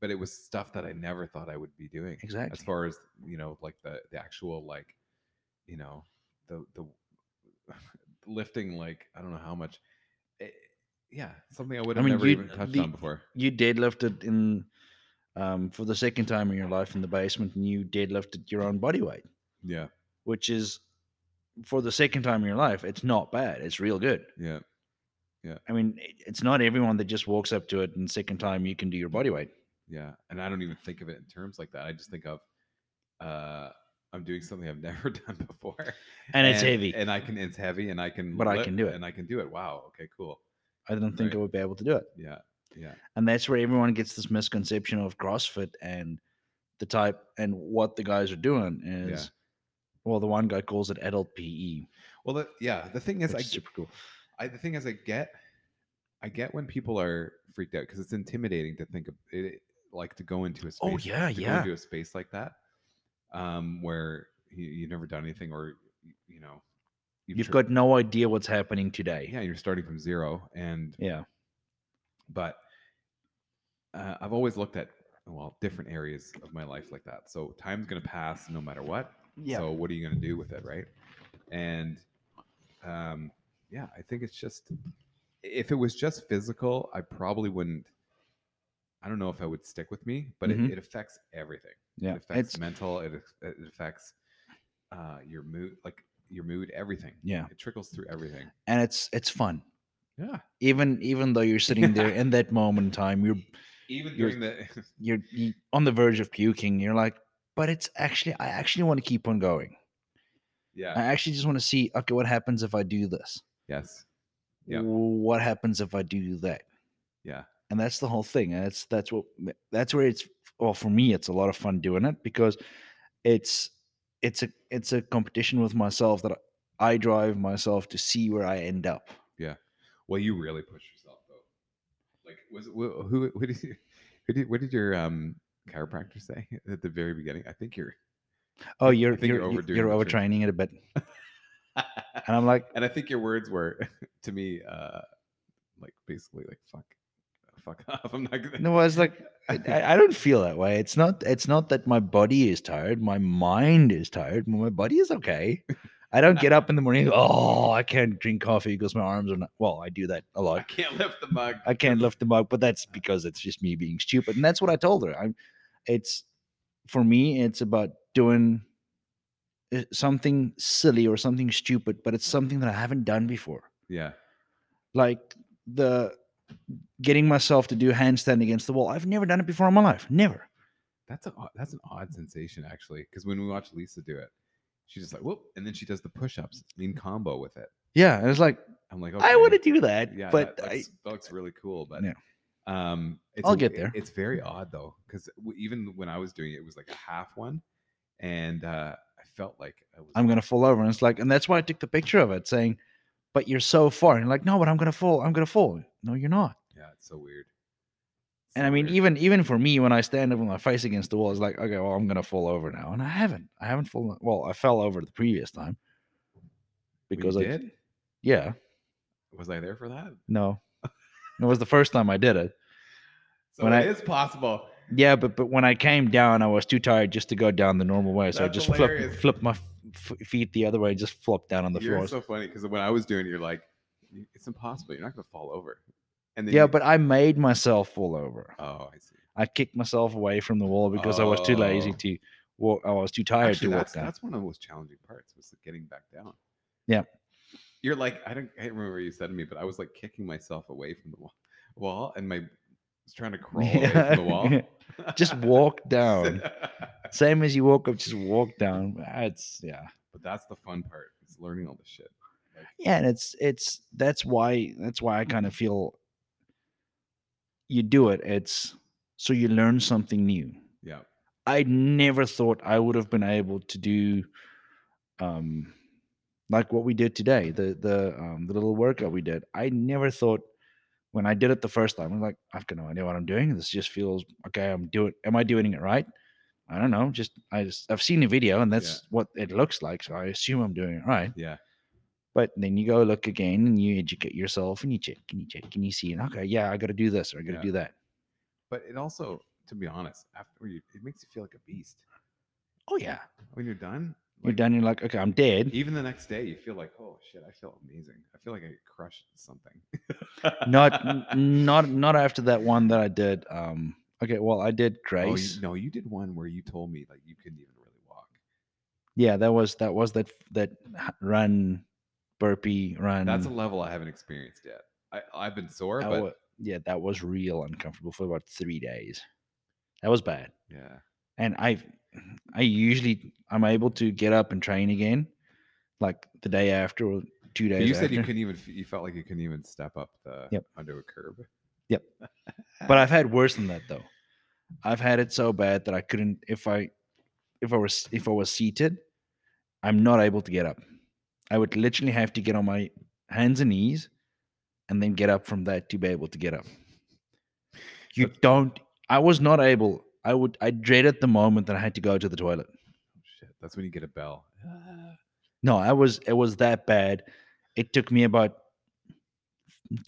[SPEAKER 2] but it was stuff that I never thought I would be doing.
[SPEAKER 3] exactly
[SPEAKER 2] as far as you know like the the actual like you know the the lifting like i don't know how much eh, yeah something i would
[SPEAKER 3] I
[SPEAKER 2] have
[SPEAKER 3] mean,
[SPEAKER 2] never
[SPEAKER 3] you-
[SPEAKER 2] even touched
[SPEAKER 3] the-
[SPEAKER 2] on before
[SPEAKER 3] you deadlifted in um, for the second time in your life in the basement and you deadlifted your own body weight
[SPEAKER 2] yeah
[SPEAKER 3] which is for the second time in your life, it's not bad. It's real good.
[SPEAKER 2] Yeah.
[SPEAKER 3] I mean, it- it's not everyone that just walks up to it and second time you can do your body weight.
[SPEAKER 2] Yeah. And I don't even think of it in terms like that. I just think of uh I'm doing something I've never done before.
[SPEAKER 3] And it's heavy.
[SPEAKER 2] And I can it's heavy and I can
[SPEAKER 3] But I
[SPEAKER 2] lift-
[SPEAKER 3] can do it.
[SPEAKER 2] And I can do it. Wow. Okay, cool.
[SPEAKER 3] I didn't think
[SPEAKER 2] right.
[SPEAKER 3] I would be able to do it.
[SPEAKER 2] Yeah. Yeah.
[SPEAKER 3] And that's where everyone gets this misconception of CrossFit and the type and what the guys are doing is well, the one guy calls it adult PE.
[SPEAKER 2] Well the, yeah, the thing is
[SPEAKER 3] which
[SPEAKER 2] I,
[SPEAKER 3] is super cool.
[SPEAKER 2] I the thing is I get I get when people are freaked out because it's intimidating to think of it like to go into a space
[SPEAKER 3] Oh, yeah,
[SPEAKER 2] to
[SPEAKER 3] yeah.
[SPEAKER 2] go into a space like that. Um where you, you've never done anything or y- you know
[SPEAKER 3] You've
[SPEAKER 2] tri-
[SPEAKER 3] got no idea what's happening today.
[SPEAKER 2] yeah, you're starting from zero and
[SPEAKER 3] Yeah.
[SPEAKER 2] but uh, I've always looked at well different areas of my life like that. So time's gonna pass no matter what. So what are you gonna do with it, right? And um, yeah, I think it's just if it was just physical, I probably wouldn't. I don't know if I would stick with me, but
[SPEAKER 3] Mhm.
[SPEAKER 2] it, it affects everything.
[SPEAKER 3] yeah.
[SPEAKER 2] It affects
[SPEAKER 3] It's
[SPEAKER 2] mental. It, ex- it affects uh, your mood, like your mood, everything.
[SPEAKER 3] yeah.
[SPEAKER 2] It trickles through everything.
[SPEAKER 3] And it's it's fun.
[SPEAKER 2] Yeah.
[SPEAKER 3] Even even though you're sitting there in that moment in time, you're
[SPEAKER 2] Even
[SPEAKER 3] You're-
[SPEAKER 2] during the
[SPEAKER 3] you're you, on the verge of puking. You're like, but it's actually I actually want to keep on going.
[SPEAKER 2] yeah
[SPEAKER 3] I actually just want to see okay, what happens if I do this?
[SPEAKER 2] yes Yeah.
[SPEAKER 3] What happens if I do that?
[SPEAKER 2] Yeah.
[SPEAKER 3] And that's the whole thing. And that's that's what that's where it's well for me it's a lot of fun doing it because it's it's a it's a competition with myself that I, I drive myself to see where I end up.
[SPEAKER 2] Well, you really pushed yourself though. Like, was wh- who? Who did you? Who did? What did your um chiropractor say at the very beginning? I think you're,
[SPEAKER 3] Oh,
[SPEAKER 2] I
[SPEAKER 3] you're
[SPEAKER 2] think
[SPEAKER 3] you're
[SPEAKER 2] you're
[SPEAKER 3] you're,
[SPEAKER 2] overdoing
[SPEAKER 3] you're
[SPEAKER 2] the training.
[SPEAKER 3] overtraining it a bit. And I'm like,
[SPEAKER 2] and I think your words were to me, uh, like basically like fuck, fuck off. I'm not gonna.
[SPEAKER 3] no, I was like, I, I I don't feel that way. It's not. It's not that my body is tired. My mind is tired. My body is okay. I don't get up in the morning. Oh, I can't drink coffee because my arms are not. Well, I do that a
[SPEAKER 2] I
[SPEAKER 3] lot.
[SPEAKER 2] can't lift the mug.
[SPEAKER 3] I can't lift them up, but that's because it's just me being stupid, and that's what I told her. I'm. It's for me. It's about doing uh, something silly or something stupid, but it's something that I haven't done before.
[SPEAKER 2] Yeah,
[SPEAKER 3] Like the getting myself to do handstand against the wall. I've never done it before in my life. Never.
[SPEAKER 2] that's a odd- that's an odd sensation actually. Because when we watch Lisa do it, she's just like whoop, and then she does the push-ups in combo with it.
[SPEAKER 3] Yeah, and it's like
[SPEAKER 2] I'm like,
[SPEAKER 3] I
[SPEAKER 2] "Okay,
[SPEAKER 3] want to do that,
[SPEAKER 2] yeah,
[SPEAKER 3] but
[SPEAKER 2] that
[SPEAKER 3] I,
[SPEAKER 2] looks, that looks really cool. But
[SPEAKER 3] Yeah.
[SPEAKER 2] um, it's
[SPEAKER 3] I'll
[SPEAKER 2] a-
[SPEAKER 3] get there.
[SPEAKER 2] It's very odd though, because w- even when I was doing it, it was like a half one, and uh, I felt like I was.
[SPEAKER 3] I'm gonna fall over. And it's like, and that's why I took the picture of it, saying, "But you're so far." And you're like, no, but I'm gonna fall. I'm gonna fall. No, you're not.
[SPEAKER 2] Yeah, it's so weird.
[SPEAKER 3] And
[SPEAKER 2] So
[SPEAKER 3] I mean,
[SPEAKER 2] weird.
[SPEAKER 3] even even for me, when I stand up with my face against the wall, it's like, okay, well, I'm gonna fall over now, and I haven't. I haven't fallen. Well, I fell over the previous time
[SPEAKER 2] Well, you
[SPEAKER 3] because I
[SPEAKER 2] did.
[SPEAKER 3] yeah,
[SPEAKER 2] Was I there for that?
[SPEAKER 3] no, it was the first time I did it.
[SPEAKER 2] So
[SPEAKER 3] When
[SPEAKER 2] it
[SPEAKER 3] I-
[SPEAKER 2] is possible.
[SPEAKER 3] Yeah, but but when I came down, I was too tired just to go down the normal way, so I
[SPEAKER 2] That's
[SPEAKER 3] just
[SPEAKER 2] hilarious.
[SPEAKER 3] flipped flipped my f- f- feet the other way, just flopped down on the
[SPEAKER 2] you're
[SPEAKER 3] floor.
[SPEAKER 2] so funny because when I was doing it, you're like, "You- it's impossible. You're not gonna fall over. And then
[SPEAKER 3] Yeah,
[SPEAKER 2] you-
[SPEAKER 3] but I made myself fall over.
[SPEAKER 2] oh, I see.
[SPEAKER 3] I kicked myself away from the wall because I was too lazy
[SPEAKER 2] Oh.
[SPEAKER 3] to walk. I was too tired
[SPEAKER 2] Actually,
[SPEAKER 3] to
[SPEAKER 2] that's,
[SPEAKER 3] walk down.
[SPEAKER 2] that's one of the most challenging parts was getting back down.
[SPEAKER 3] Yeah.
[SPEAKER 2] You're like, I don't, I don't remember what you said to me, but I was like kicking myself away from the wa- wall and my, was trying to crawl away from the wall.
[SPEAKER 3] just walk down.
[SPEAKER 2] but
[SPEAKER 3] Same as you walk up, just walk down. It's yeah,
[SPEAKER 2] that's the fun part is learning all this shit.
[SPEAKER 3] yeah, and it's it's that's why that's why I kind of feel you do it. It's so you learn something new.
[SPEAKER 2] Yeah.
[SPEAKER 3] I never thought I would have been able to do, um, like what we did today, the the um, the little workout we did. I never thought when I did it the first time. I'm like, I've got no idea what I'm doing. This just feels okay. I'm doing. Am I doing it right? I don't know. Just I just I've seen the video and that's what it looks like. So I assume I'm doing it right.
[SPEAKER 2] Yeah.
[SPEAKER 3] But then you go look again and you educate yourself and you check and you check and you see and okay, yeah, I got to do this or I got to
[SPEAKER 2] Yeah.
[SPEAKER 3] do that.
[SPEAKER 2] But it also, to be honest, after you, it makes you feel like a beast
[SPEAKER 3] Oh yeah,
[SPEAKER 2] when you're done.
[SPEAKER 3] you're
[SPEAKER 2] like,
[SPEAKER 3] done. You're like, okay, I'm dead.
[SPEAKER 2] Even the next day, you feel like, oh shit, I feel amazing. I feel like I crushed something.
[SPEAKER 3] not n- not not after that one that I did. Um, okay, well I did
[SPEAKER 2] Oh, you-
[SPEAKER 3] Grace.
[SPEAKER 2] no, you did one where you told me like you couldn't even really walk.
[SPEAKER 3] Yeah, that was that was that that h- run burpee run.
[SPEAKER 2] That's a level I haven't experienced yet. I, I've been sore,
[SPEAKER 3] that
[SPEAKER 2] but
[SPEAKER 3] wa- yeah, that was real uncomfortable for about three days. That was bad.
[SPEAKER 2] yeah,
[SPEAKER 3] and i i usually i'm able to get up and train again like the day after or two
[SPEAKER 2] But
[SPEAKER 3] days
[SPEAKER 2] you said you
[SPEAKER 3] after.
[SPEAKER 2] couldn't even. f- You felt like you couldn't even step up the
[SPEAKER 3] Yep.
[SPEAKER 2] under a curb. Oh,
[SPEAKER 3] but i've had worse than that though i've had it so bad that i couldn't if i if i was if i was seated i'm not able to get up i would literally have to get on my hands and knees and then get up from that to be able to get up you don't i was not able i would i dreaded the moment that i had to go to the toilet
[SPEAKER 2] Shit, that's when you get a bell. Ah.
[SPEAKER 3] No, I was it was that bad. It took me about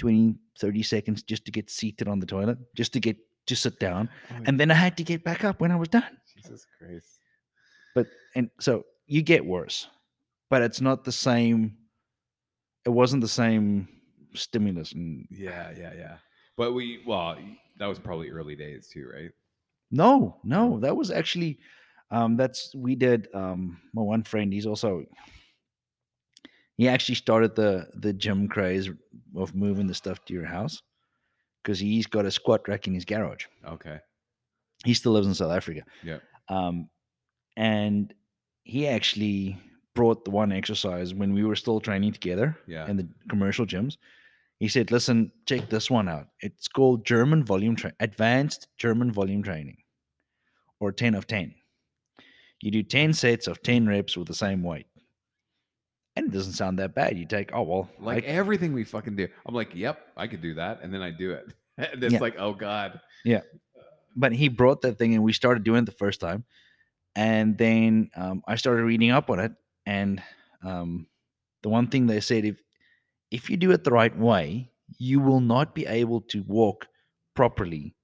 [SPEAKER 3] 20, 30 seconds just to get seated on the toilet, just to get to sit down.
[SPEAKER 2] Oh,
[SPEAKER 3] And then I had to get back up when I was done.
[SPEAKER 2] Jesus Christ.
[SPEAKER 3] But and so you get worse. But it's not the same it wasn't the same stimulus and
[SPEAKER 2] Yeah, yeah, yeah. But we well, y- that was probably early days too, right?
[SPEAKER 3] No, no, that was actually um that's we did um my one friend he's also he actually started the the gym craze of moving the stuff to your house because he's got a squat rack in his garage.
[SPEAKER 2] Okay.
[SPEAKER 3] He still lives in South Africa.
[SPEAKER 2] Yep.
[SPEAKER 3] Um and he actually brought the one exercise when we were still training together
[SPEAKER 2] Yeah.
[SPEAKER 3] in the commercial gyms. He said, "Listen, check this one out. It's called German volume tra- advanced German volume training, or ten of ten. You do ten sets of ten reps with the same weight, and it doesn't sound that bad. You take oh well,
[SPEAKER 2] Like
[SPEAKER 3] I-
[SPEAKER 2] everything we fucking do. I'm like, yep, I could do that. And then I do it. and it's
[SPEAKER 3] Yeah.
[SPEAKER 2] like, oh God.
[SPEAKER 3] but he brought that thing and we started doing it the first time and then um, i started reading up on it and um, the one thing they said if if you do it the right way you will not be able to walk properly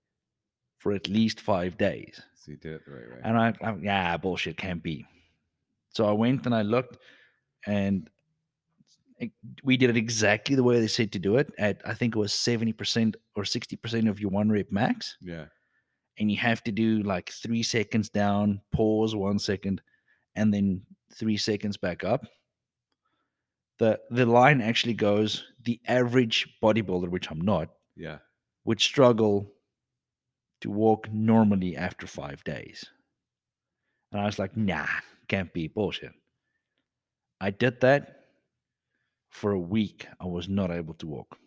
[SPEAKER 3] for at least five days
[SPEAKER 2] So you did it the right way.
[SPEAKER 3] and i I'm, yeah bullshit can't be so i went and i looked and it- we did it exactly the way they said to do it at i think it was 70% or 60% of your one rep max
[SPEAKER 2] yeah.
[SPEAKER 3] and you have to do like three seconds down, pause one second, and then three seconds back up. The the line actually goes the average bodybuilder, which I'm not,
[SPEAKER 2] Yeah.
[SPEAKER 3] would struggle to walk normally after five days. And I was like, nah, can't be bullshit. I did that for a week. I was not able to walk.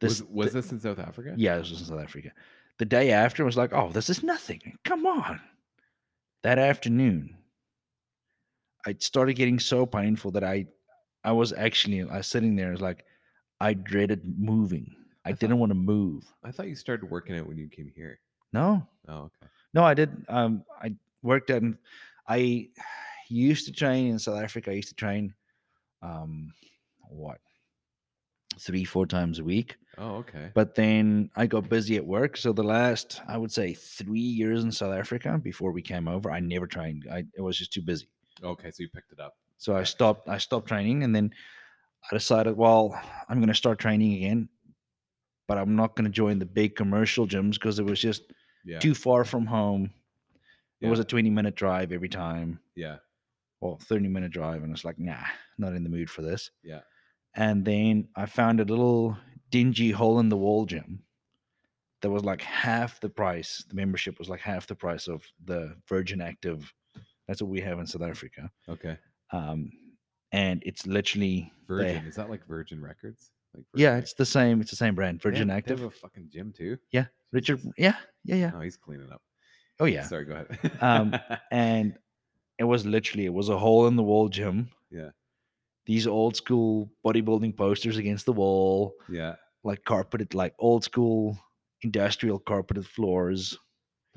[SPEAKER 2] was was this in South Africa?
[SPEAKER 3] Yeah, this was in South Africa. The day after I was like, oh, this is nothing. Come on. That afternoon, it started getting so painful that I I was actually I was sitting there, I was like, I dreaded moving. I,
[SPEAKER 2] I thought-
[SPEAKER 3] didn't want to move.
[SPEAKER 2] I thought you started working out when you came here.
[SPEAKER 3] No.
[SPEAKER 2] Oh, okay.
[SPEAKER 3] No, I did um I worked at I used to train in South Africa. I used to train um what? Three, four times a week.
[SPEAKER 2] Oh, okay.
[SPEAKER 3] But then I got busy at work. So the last, I would say, three years in South Africa before we came over, I never trained. I it was just too busy.
[SPEAKER 2] okay, so you picked it up.
[SPEAKER 3] So I
[SPEAKER 2] Yeah.
[SPEAKER 3] stopped. I stopped training, and then I decided, well, I'm going to start training again, but I'm not going to join the big commercial gyms because it was just
[SPEAKER 2] Yeah.
[SPEAKER 3] too far from home.
[SPEAKER 2] yeah.
[SPEAKER 3] It was a 20 minute drive every time,
[SPEAKER 2] yeah.
[SPEAKER 3] or 30 minute drive, and it's like, nah, not in the mood for this.
[SPEAKER 2] Yeah.
[SPEAKER 3] And then I found a little dingy hole in the wall gym that was like half the price. The membership was like half the price of the Virgin Active. That's what we have in South Africa.
[SPEAKER 2] Okay.
[SPEAKER 3] Um, and it's literally they-
[SPEAKER 2] Virgin. Is that like Virgin Records? Like Virgin
[SPEAKER 3] yeah,
[SPEAKER 2] Ac-
[SPEAKER 3] it's the same. It's the same brand,
[SPEAKER 2] They have-
[SPEAKER 3] Virgin
[SPEAKER 2] they have
[SPEAKER 3] Active.
[SPEAKER 2] a fucking gym too.
[SPEAKER 3] Yeah, Richard. Yeah, yeah, yeah.
[SPEAKER 2] Oh, he's cleaning up.
[SPEAKER 3] Oh yeah.
[SPEAKER 2] Sorry, go ahead.
[SPEAKER 3] Um, And it was literally it was a hole in the wall gym.
[SPEAKER 2] Yeah.
[SPEAKER 3] These old school bodybuilding posters against the wall.
[SPEAKER 2] yeah.
[SPEAKER 3] like carpeted, like old school industrial carpeted floors.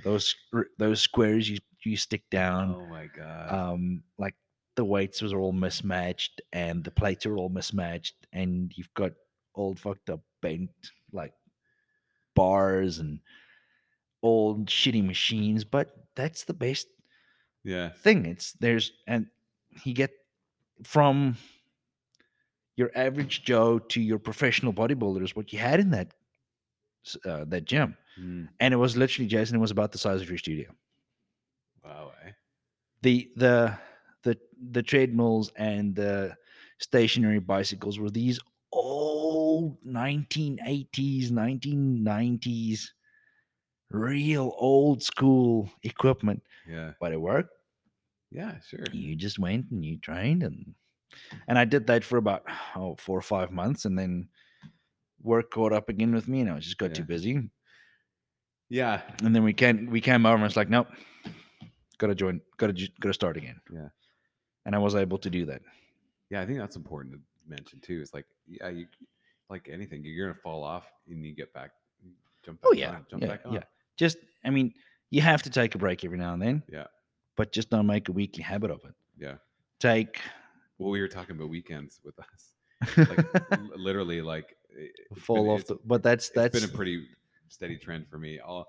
[SPEAKER 3] Those r- those squares you you stick down.
[SPEAKER 2] Oh my god.
[SPEAKER 3] Um, like the weights was all mismatched and the plates are all mismatched, and you've got old fucked up bent like bars and old shitty machines. But that's the best
[SPEAKER 2] yeah.
[SPEAKER 3] thing. It's there's and you get from your average Joe to your professional bodybuilder is what you had in that s- uh, that gym,
[SPEAKER 2] Mm,
[SPEAKER 3] and it was literally Jason. It was about the size of your studio.
[SPEAKER 2] wow. eh?
[SPEAKER 3] the the the the treadmills and the stationary bicycles were these old 1980s 1990s real old school equipment
[SPEAKER 2] Yeah.
[SPEAKER 3] but it worked
[SPEAKER 2] Yeah. Sure.
[SPEAKER 3] you just went and you trained and and i did that for about oh, four or five months and then work caught up again with me and i just got
[SPEAKER 2] Yeah.
[SPEAKER 3] too busy
[SPEAKER 2] Yeah.
[SPEAKER 3] and then we can we came over and it's like, nope, gotta join, gotta ju- gotta start again.
[SPEAKER 2] Yeah.
[SPEAKER 3] And I was able to do that.
[SPEAKER 2] Yeah. I think that's important to mention too. It's like, yeah, you like anything, you're gonna fall off and you get back. Jump back
[SPEAKER 3] Oh, yeah,
[SPEAKER 2] On, jump
[SPEAKER 3] yeah,
[SPEAKER 2] back on.
[SPEAKER 3] yeah. Just, I mean, you have to take a break every now and then.
[SPEAKER 2] Yeah.
[SPEAKER 3] But just don't make a weekly habit of it.
[SPEAKER 2] Yeah.
[SPEAKER 3] Take
[SPEAKER 2] Well, we were talking about weekends with us. Like l- literally, like it- it's been-
[SPEAKER 3] fall off
[SPEAKER 2] it's-
[SPEAKER 3] the. But that's that's
[SPEAKER 2] it's been a pretty steady trend for me. I'll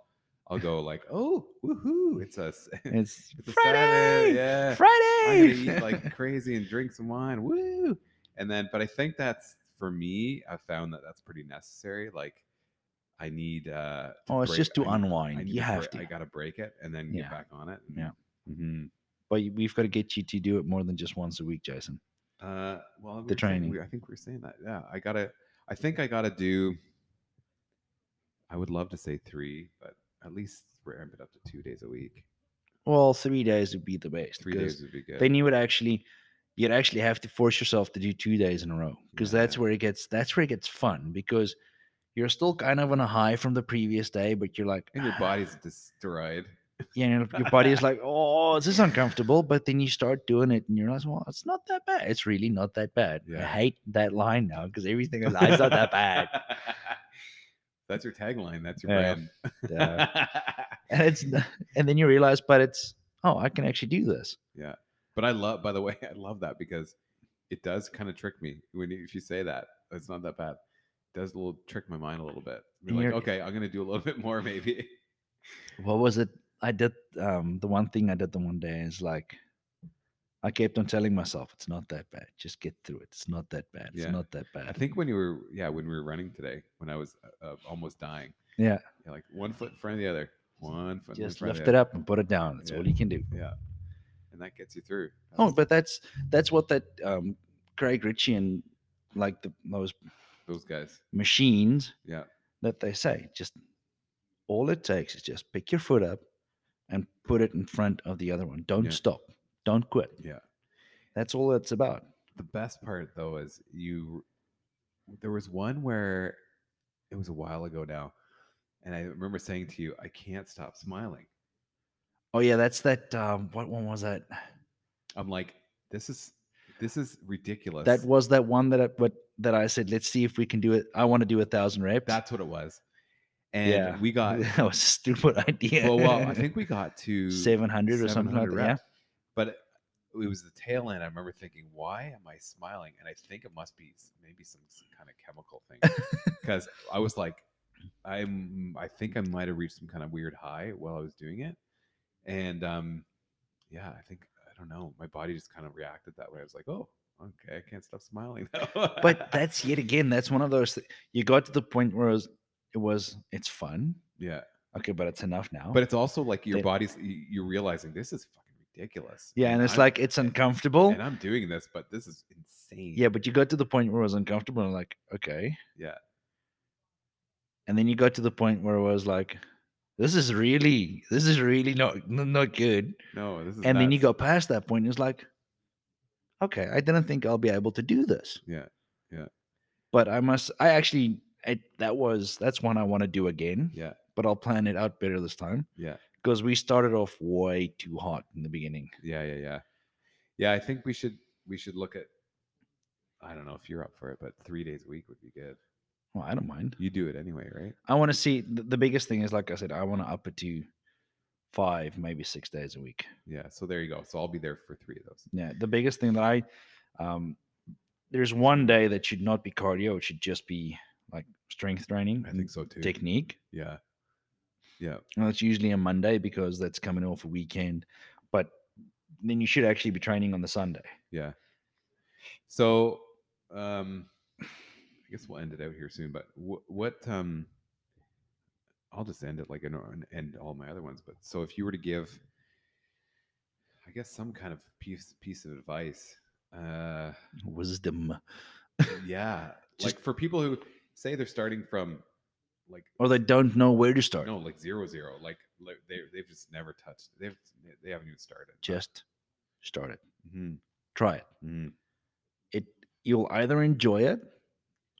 [SPEAKER 2] I'll go like, oh, woohoo! It's us.
[SPEAKER 3] it's
[SPEAKER 2] It's a Saturday,
[SPEAKER 3] Friday.
[SPEAKER 2] yeah. I'm
[SPEAKER 3] Friday.
[SPEAKER 2] gonna eat like crazy and drink some wine. Woo! And then, but I think that's for me. I found that that's pretty necessary. Like, I need. uh to
[SPEAKER 3] oh, it's
[SPEAKER 2] break-
[SPEAKER 3] just to
[SPEAKER 2] I need- I
[SPEAKER 3] unwind.
[SPEAKER 2] need
[SPEAKER 3] You
[SPEAKER 2] to
[SPEAKER 3] have
[SPEAKER 2] bre- I
[SPEAKER 3] to,
[SPEAKER 2] gotta break it and then
[SPEAKER 3] Yeah.
[SPEAKER 2] get back on it. and-
[SPEAKER 3] Yeah.
[SPEAKER 2] Mhm.
[SPEAKER 3] but you- we've got to get you to do it more than just once a week, Jason.
[SPEAKER 2] Uh, well, we were saying-
[SPEAKER 3] training.
[SPEAKER 2] we- I think we're saying that. Yeah, I gotta. I think I gotta do. I would love to say three, but at least ramp it up to two days a week.
[SPEAKER 3] Well, three days would be the best.
[SPEAKER 2] Three
[SPEAKER 3] 'cause
[SPEAKER 2] days would be good.
[SPEAKER 3] then you would actually you'd actually have to force yourself to do two days in a row because that's
[SPEAKER 2] Yeah.
[SPEAKER 3] where it gets that's where it gets fun because you're still kind of on a high from the previous day but you're like
[SPEAKER 2] and your
[SPEAKER 3] "Ah,"
[SPEAKER 2] body's destroyed.
[SPEAKER 3] you know, your body is like oh this is uncomfortable but then you start doing it and you realize well it's not that bad it's really not that bad i
[SPEAKER 2] Yeah.
[SPEAKER 3] hate that line now because everything is "Ah, it's not that bad
[SPEAKER 2] That's your tagline. That's your
[SPEAKER 3] Yeah.
[SPEAKER 2] brand.
[SPEAKER 3] Yeah. and it's n- and then you realize but it's oh i can actually do this
[SPEAKER 2] but I love, by the way, I love that because it does kind of trick me when you- if you say that it's not that bad. It does a little trick my mind a little bit. Be
[SPEAKER 3] And
[SPEAKER 2] like,
[SPEAKER 3] you're-
[SPEAKER 2] okay, I'm gonna do a little bit more maybe.
[SPEAKER 3] what was it i did um the one thing i did the one day is like i kept on telling myself it's not that bad just get through it it's not that bad it's
[SPEAKER 2] Yeah.
[SPEAKER 3] not that bad
[SPEAKER 2] I think when you were, yeah, when we were running today, when I was uh, uh, almost dying,
[SPEAKER 3] yeah
[SPEAKER 2] you're like one foot in front of the other, one foot in
[SPEAKER 3] just
[SPEAKER 2] front
[SPEAKER 3] lift
[SPEAKER 2] of
[SPEAKER 3] it
[SPEAKER 2] the
[SPEAKER 3] up and put it down that's
[SPEAKER 2] Yeah.
[SPEAKER 3] all you can do
[SPEAKER 2] other. Yeah, and that gets you through.
[SPEAKER 3] oh
[SPEAKER 2] That's-
[SPEAKER 3] but that's that's what that um craig ritchie and like the, those
[SPEAKER 2] those guys,
[SPEAKER 3] machines
[SPEAKER 2] yeah,
[SPEAKER 3] that they say just all it takes is just pick your foot up and put it in front of the other one don't
[SPEAKER 2] Yeah.
[SPEAKER 3] stop don't quit
[SPEAKER 2] yeah.
[SPEAKER 3] that's all it's about
[SPEAKER 2] the best part though is you there was one where it was a while ago now and i remember saying to you i can't stop smiling
[SPEAKER 3] oh yeah that's that um what one was that
[SPEAKER 2] i'm like this is this is ridiculous
[SPEAKER 3] That was that one that I, what that I said. Let's see if we can do it. I want to do a thousand reps.
[SPEAKER 2] that's what it was and
[SPEAKER 3] Yeah.
[SPEAKER 2] we got
[SPEAKER 3] that was a stupid idea.
[SPEAKER 2] well well i think we got to
[SPEAKER 3] seven hundred or something like
[SPEAKER 2] 700
[SPEAKER 3] that. Yeah.
[SPEAKER 2] reps. but it, it was the tail end i remember thinking why am i smiling and i think it must be s- maybe some, some kind of chemical thing because i was like i'm i think i might have reached some kind of weird high while i was doing it and um yeah i think i don't know my body just kind of reacted that way i was like oh okay i can't stop smiling now."
[SPEAKER 3] But that's yet again. That's one of those. Th- you got to the point where it was, it was. It's fun.
[SPEAKER 2] yeah
[SPEAKER 3] Okay, but it's enough now.
[SPEAKER 2] but it's also like your
[SPEAKER 3] They-
[SPEAKER 2] body's y- you're realizing this is fucking ridiculous
[SPEAKER 3] yeah, and it's
[SPEAKER 2] I'm-
[SPEAKER 3] like it's uncomfortable.
[SPEAKER 2] and i'm doing this but this is insane
[SPEAKER 3] Yeah, but you got to the point where it was uncomfortable. And like, okay.
[SPEAKER 2] Yeah.
[SPEAKER 3] And then you got to the point where it was like, this is really, this is really not n- not good.
[SPEAKER 2] no this is
[SPEAKER 3] and then you
[SPEAKER 2] nuts.
[SPEAKER 3] go past that point, and it's like, okay, I didn't think I'll be able to do this.
[SPEAKER 2] Yeah, yeah.
[SPEAKER 3] But I must. I actually, I, that was that's one I want to do again.
[SPEAKER 2] yeah
[SPEAKER 3] But I'll plan it out better this time
[SPEAKER 2] yeah
[SPEAKER 3] because we started off way too hot in the beginning.
[SPEAKER 2] Yeah, yeah, yeah. Yeah, I think we should we should look at I don't know if you're up for it, but three days a week would be good.
[SPEAKER 3] Well, I don't mind.
[SPEAKER 2] You do it anyway, right?
[SPEAKER 3] I want to see the, the biggest thing is like I said, I want to up it to five, maybe six days a week.
[SPEAKER 2] Yeah. So there you go. So I'll be there for three of those.
[SPEAKER 3] Yeah, the biggest thing that I um there's one day that should not be cardio; it should just be like strength training,
[SPEAKER 2] I
[SPEAKER 3] and
[SPEAKER 2] think so too.
[SPEAKER 3] technique.
[SPEAKER 2] yeah. Yeah.
[SPEAKER 3] And that's usually a Monday because that's coming off a weekend. But then you should actually be training on the Sunday.
[SPEAKER 2] Yeah. So um I guess we'll end it out here soon, but wh- what um I'll just end it like an and end all my other ones, but so if you were to give I I guess some kind of piece piece of advice. Uh,
[SPEAKER 3] Wisdom.
[SPEAKER 2] yeah,
[SPEAKER 3] Just-
[SPEAKER 2] like for people who say they're starting from like
[SPEAKER 3] Or they don't know where to start.
[SPEAKER 2] no, like zero zero, like, like they they've just never touched. They've they haven't even started.
[SPEAKER 3] Just start it.
[SPEAKER 2] Mhm,
[SPEAKER 3] Try it.
[SPEAKER 2] mhm.
[SPEAKER 3] It you'll either enjoy it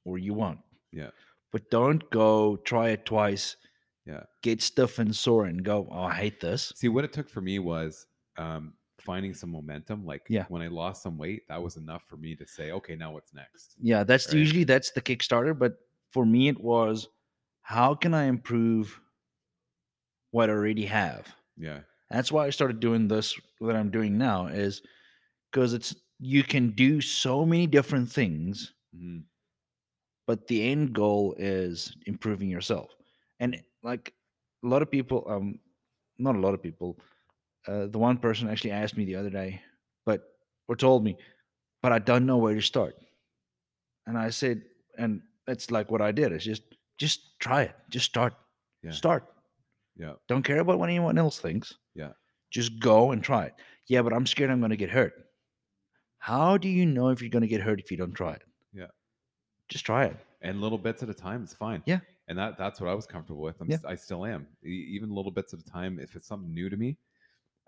[SPEAKER 3] or you won't.
[SPEAKER 2] Yeah.
[SPEAKER 3] But don't go try it twice.
[SPEAKER 2] Yeah.
[SPEAKER 3] Get stiff and sore and go, oh, I hate this.
[SPEAKER 2] See, what it took for me was um, finding some momentum. Like
[SPEAKER 3] Yeah.
[SPEAKER 2] when I lost some weight, that was enough for me to say, okay, now what's next?
[SPEAKER 3] Yeah, that's
[SPEAKER 2] Right.
[SPEAKER 3] usually that's the Kickstarter, but for me it was how can I improve what I already have?
[SPEAKER 2] Yeah,
[SPEAKER 3] That's why I started doing this that I'm doing now is because it's you can do so many different things,
[SPEAKER 2] mhm,
[SPEAKER 3] but the end goal is improving yourself. And eh, like a lot of people, um, not a lot of people, uh, the one person actually asked me the other day, but or told me, but I don't know where to start. And I said, and that's like what I did. It's just just try it, just start,
[SPEAKER 2] Yeah.
[SPEAKER 3] start.
[SPEAKER 2] yeah,
[SPEAKER 3] Don't care about what anyone else thinks.
[SPEAKER 2] Yeah.
[SPEAKER 3] Just go and try it. Yeah, but I'm scared I'm going to get hurt. How do you know if you're going to get hurt if you don't try it?
[SPEAKER 2] Yeah.
[SPEAKER 3] Just try it.
[SPEAKER 2] and little bits at a time is fine.
[SPEAKER 3] Yeah.
[SPEAKER 2] and that that's what I was comfortable with. I'm,
[SPEAKER 3] Yeah.
[SPEAKER 2] s- I still am. E- even little bits at a time. If it's something new to me,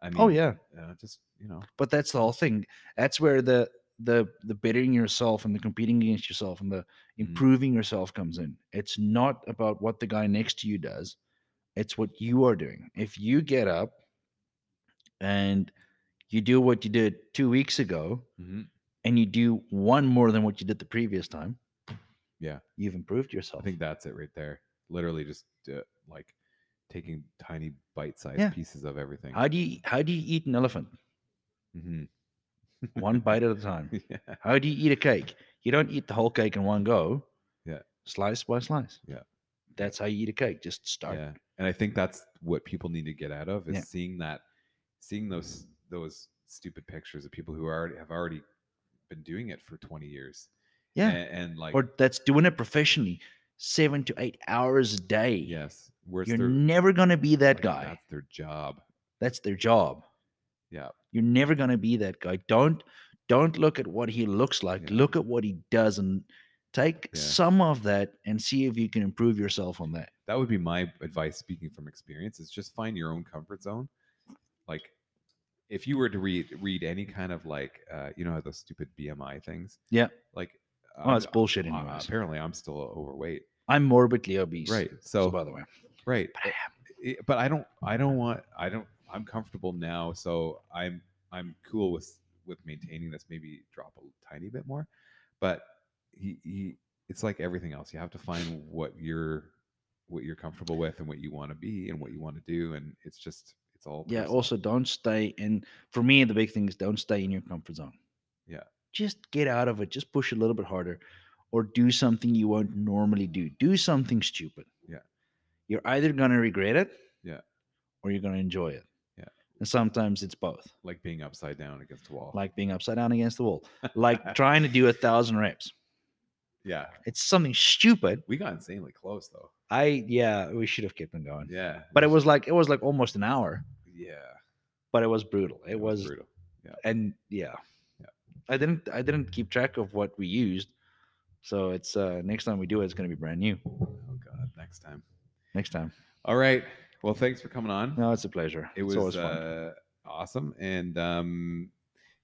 [SPEAKER 2] I mean,
[SPEAKER 3] Oh yeah.
[SPEAKER 2] uh, just you know,
[SPEAKER 3] But that's the whole thing. That's where the the the bettering yourself and the competing against yourself and the
[SPEAKER 2] Mm-hmm.
[SPEAKER 3] improving yourself comes in. It's not about what the guy next to you does. It's what you are doing. If you get up and you do what you did 2 weeks ago,
[SPEAKER 2] mhm.
[SPEAKER 3] and you do one more than what you did the previous time,
[SPEAKER 2] Yeah.
[SPEAKER 3] you've improved
[SPEAKER 2] I
[SPEAKER 3] yourself.
[SPEAKER 2] think that's it right there. Literally, just uh, like taking tiny bite-sized
[SPEAKER 3] Yeah.
[SPEAKER 2] pieces of everything.
[SPEAKER 3] How do you how do you eat an elephant?
[SPEAKER 2] Mhm.
[SPEAKER 3] One bite at a time.
[SPEAKER 2] yeah,
[SPEAKER 3] How do you eat a cake? You don't eat the whole cake in one go.
[SPEAKER 2] Yeah.
[SPEAKER 3] Slice by slice.
[SPEAKER 2] Yeah.
[SPEAKER 3] That's how you eat a cake. Just start.
[SPEAKER 2] yeah, and I think that's what people need to get out of is
[SPEAKER 3] Yeah.
[SPEAKER 2] seeing that, seeing those those stupid pictures of people who already have already been doing it for 20 years.
[SPEAKER 3] Yeah.
[SPEAKER 2] a- and, like
[SPEAKER 3] Or that's doing it professionally, seven to eight hours a day.
[SPEAKER 2] yes, where's
[SPEAKER 3] You're
[SPEAKER 2] their
[SPEAKER 3] never gonna be that
[SPEAKER 2] like,
[SPEAKER 3] guy.
[SPEAKER 2] That's their job.
[SPEAKER 3] That's their job.
[SPEAKER 2] Yeah.
[SPEAKER 3] You're never gonna be that guy. Don't don't look at what he looks like.
[SPEAKER 2] Yeah.
[SPEAKER 3] Look at what he does and take
[SPEAKER 2] Yeah.
[SPEAKER 3] some of that and see if you can improve yourself on that.
[SPEAKER 2] That would be my advice speaking from experience is just find your own comfort zone. Like if you were to read read any kind of like uh you know those stupid BMI things.
[SPEAKER 3] Yeah.
[SPEAKER 2] Like
[SPEAKER 3] Oh,
[SPEAKER 2] I'm-
[SPEAKER 3] it's bullshit
[SPEAKER 2] uh,
[SPEAKER 3] anyways.
[SPEAKER 2] apparently I'm still overweight.
[SPEAKER 3] I'm morbidly obese.
[SPEAKER 2] Right.
[SPEAKER 3] So,
[SPEAKER 2] So
[SPEAKER 3] by the way.
[SPEAKER 2] right.
[SPEAKER 3] But I am.
[SPEAKER 2] it- but I don't I don't want I don't I'm comfortable now, so I'm I'm cool with with maintaining this. Maybe drop a tiny bit more, but he, he it's like everything else. You have to find what you're what you're comfortable with and what you want to be and what you want to do, and it's just it's all
[SPEAKER 3] Yeah.
[SPEAKER 2] personal.
[SPEAKER 3] Also, don't stay in for me the big thing is don't stay in your comfort zone.
[SPEAKER 2] Yeah.
[SPEAKER 3] Just get out of it. Just push a little bit harder or do something you won't normally do. Do something stupid.
[SPEAKER 2] Yeah.
[SPEAKER 3] You're either gonna regret it.
[SPEAKER 2] Yeah.
[SPEAKER 3] Or you're gonna enjoy it.
[SPEAKER 2] Yeah.
[SPEAKER 3] And sometimes it's both.
[SPEAKER 2] like being upside down against a wall.
[SPEAKER 3] like being upside down against the wall, like trying to do a thousand reps.
[SPEAKER 2] yeah,
[SPEAKER 3] It's something stupid.
[SPEAKER 2] we got insanely close though.
[SPEAKER 3] I yeah, we should have kept them going.
[SPEAKER 2] Yeah,
[SPEAKER 3] But it
[SPEAKER 2] we
[SPEAKER 3] was like it was like almost an hour,
[SPEAKER 2] should- yeah,
[SPEAKER 3] but it was brutal. It was
[SPEAKER 2] brutal.
[SPEAKER 3] and yeah.
[SPEAKER 2] Yeah.
[SPEAKER 3] I didn't I didn't keep track of what we used. So it's uh next time we do it, it's gonna be brand new.
[SPEAKER 2] Oh god, next time.
[SPEAKER 3] Next time.
[SPEAKER 2] All right. Well, thanks for coming on.
[SPEAKER 3] No, it's a pleasure.
[SPEAKER 2] It
[SPEAKER 3] it's
[SPEAKER 2] was
[SPEAKER 3] always fun.
[SPEAKER 2] uh, awesome, and um,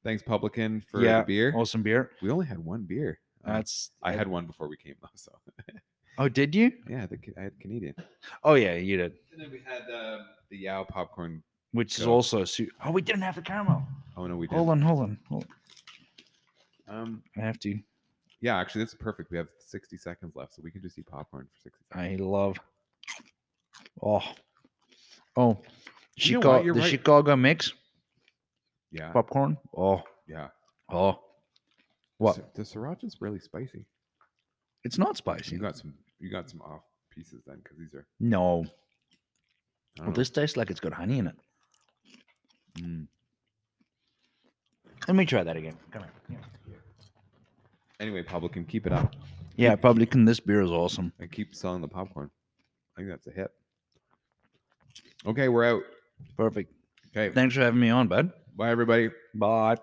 [SPEAKER 2] thanks Publican for
[SPEAKER 3] Yeah,
[SPEAKER 2] the beer.
[SPEAKER 3] Awesome beer.
[SPEAKER 2] We only had one beer. Uh,
[SPEAKER 3] That's
[SPEAKER 2] I had one before we came though, so
[SPEAKER 3] Oh, did you?
[SPEAKER 2] yeah, the, Ca- I had Canadian.
[SPEAKER 3] Oh yeah, you did.
[SPEAKER 2] And then we had um, the Yao popcorn.
[SPEAKER 3] Which is
[SPEAKER 2] Go.
[SPEAKER 3] also su- oh we didn't have the caramel.
[SPEAKER 2] Oh no, we did.
[SPEAKER 3] Hold on, hold on. Hold
[SPEAKER 2] Um,
[SPEAKER 3] I have to
[SPEAKER 2] yeah, actually, that's perfect. We have 60 seconds left, so we can just eat popcorn for 60 seconds.
[SPEAKER 3] I love. Oh, oh,
[SPEAKER 2] You know
[SPEAKER 3] Chicago,
[SPEAKER 2] what, you're
[SPEAKER 3] the
[SPEAKER 2] right. Uh.
[SPEAKER 3] Chicago mix
[SPEAKER 2] yeah,
[SPEAKER 3] popcorn. Oh,
[SPEAKER 2] yeah.
[SPEAKER 3] oh, what?
[SPEAKER 2] So the sriracha's really spicy.
[SPEAKER 3] It's not
[SPEAKER 2] You
[SPEAKER 3] spicy.
[SPEAKER 2] got some. You got some off pieces then, because these are.
[SPEAKER 3] No,
[SPEAKER 2] I
[SPEAKER 3] well,
[SPEAKER 2] don't know.
[SPEAKER 3] this tastes like it's got honey in it.
[SPEAKER 2] Mm.
[SPEAKER 3] Let me try that again. Come here.
[SPEAKER 2] Anyway, Publican, keep it up
[SPEAKER 3] Yeah, Publican, this beer is awesome.
[SPEAKER 2] and keep selling the popcorn. I think that's a hit. Okay, we're out.
[SPEAKER 3] Perfect.
[SPEAKER 2] Okay.
[SPEAKER 3] Thanks for having me on, bud.
[SPEAKER 4] Bye, everybody.
[SPEAKER 2] Bye.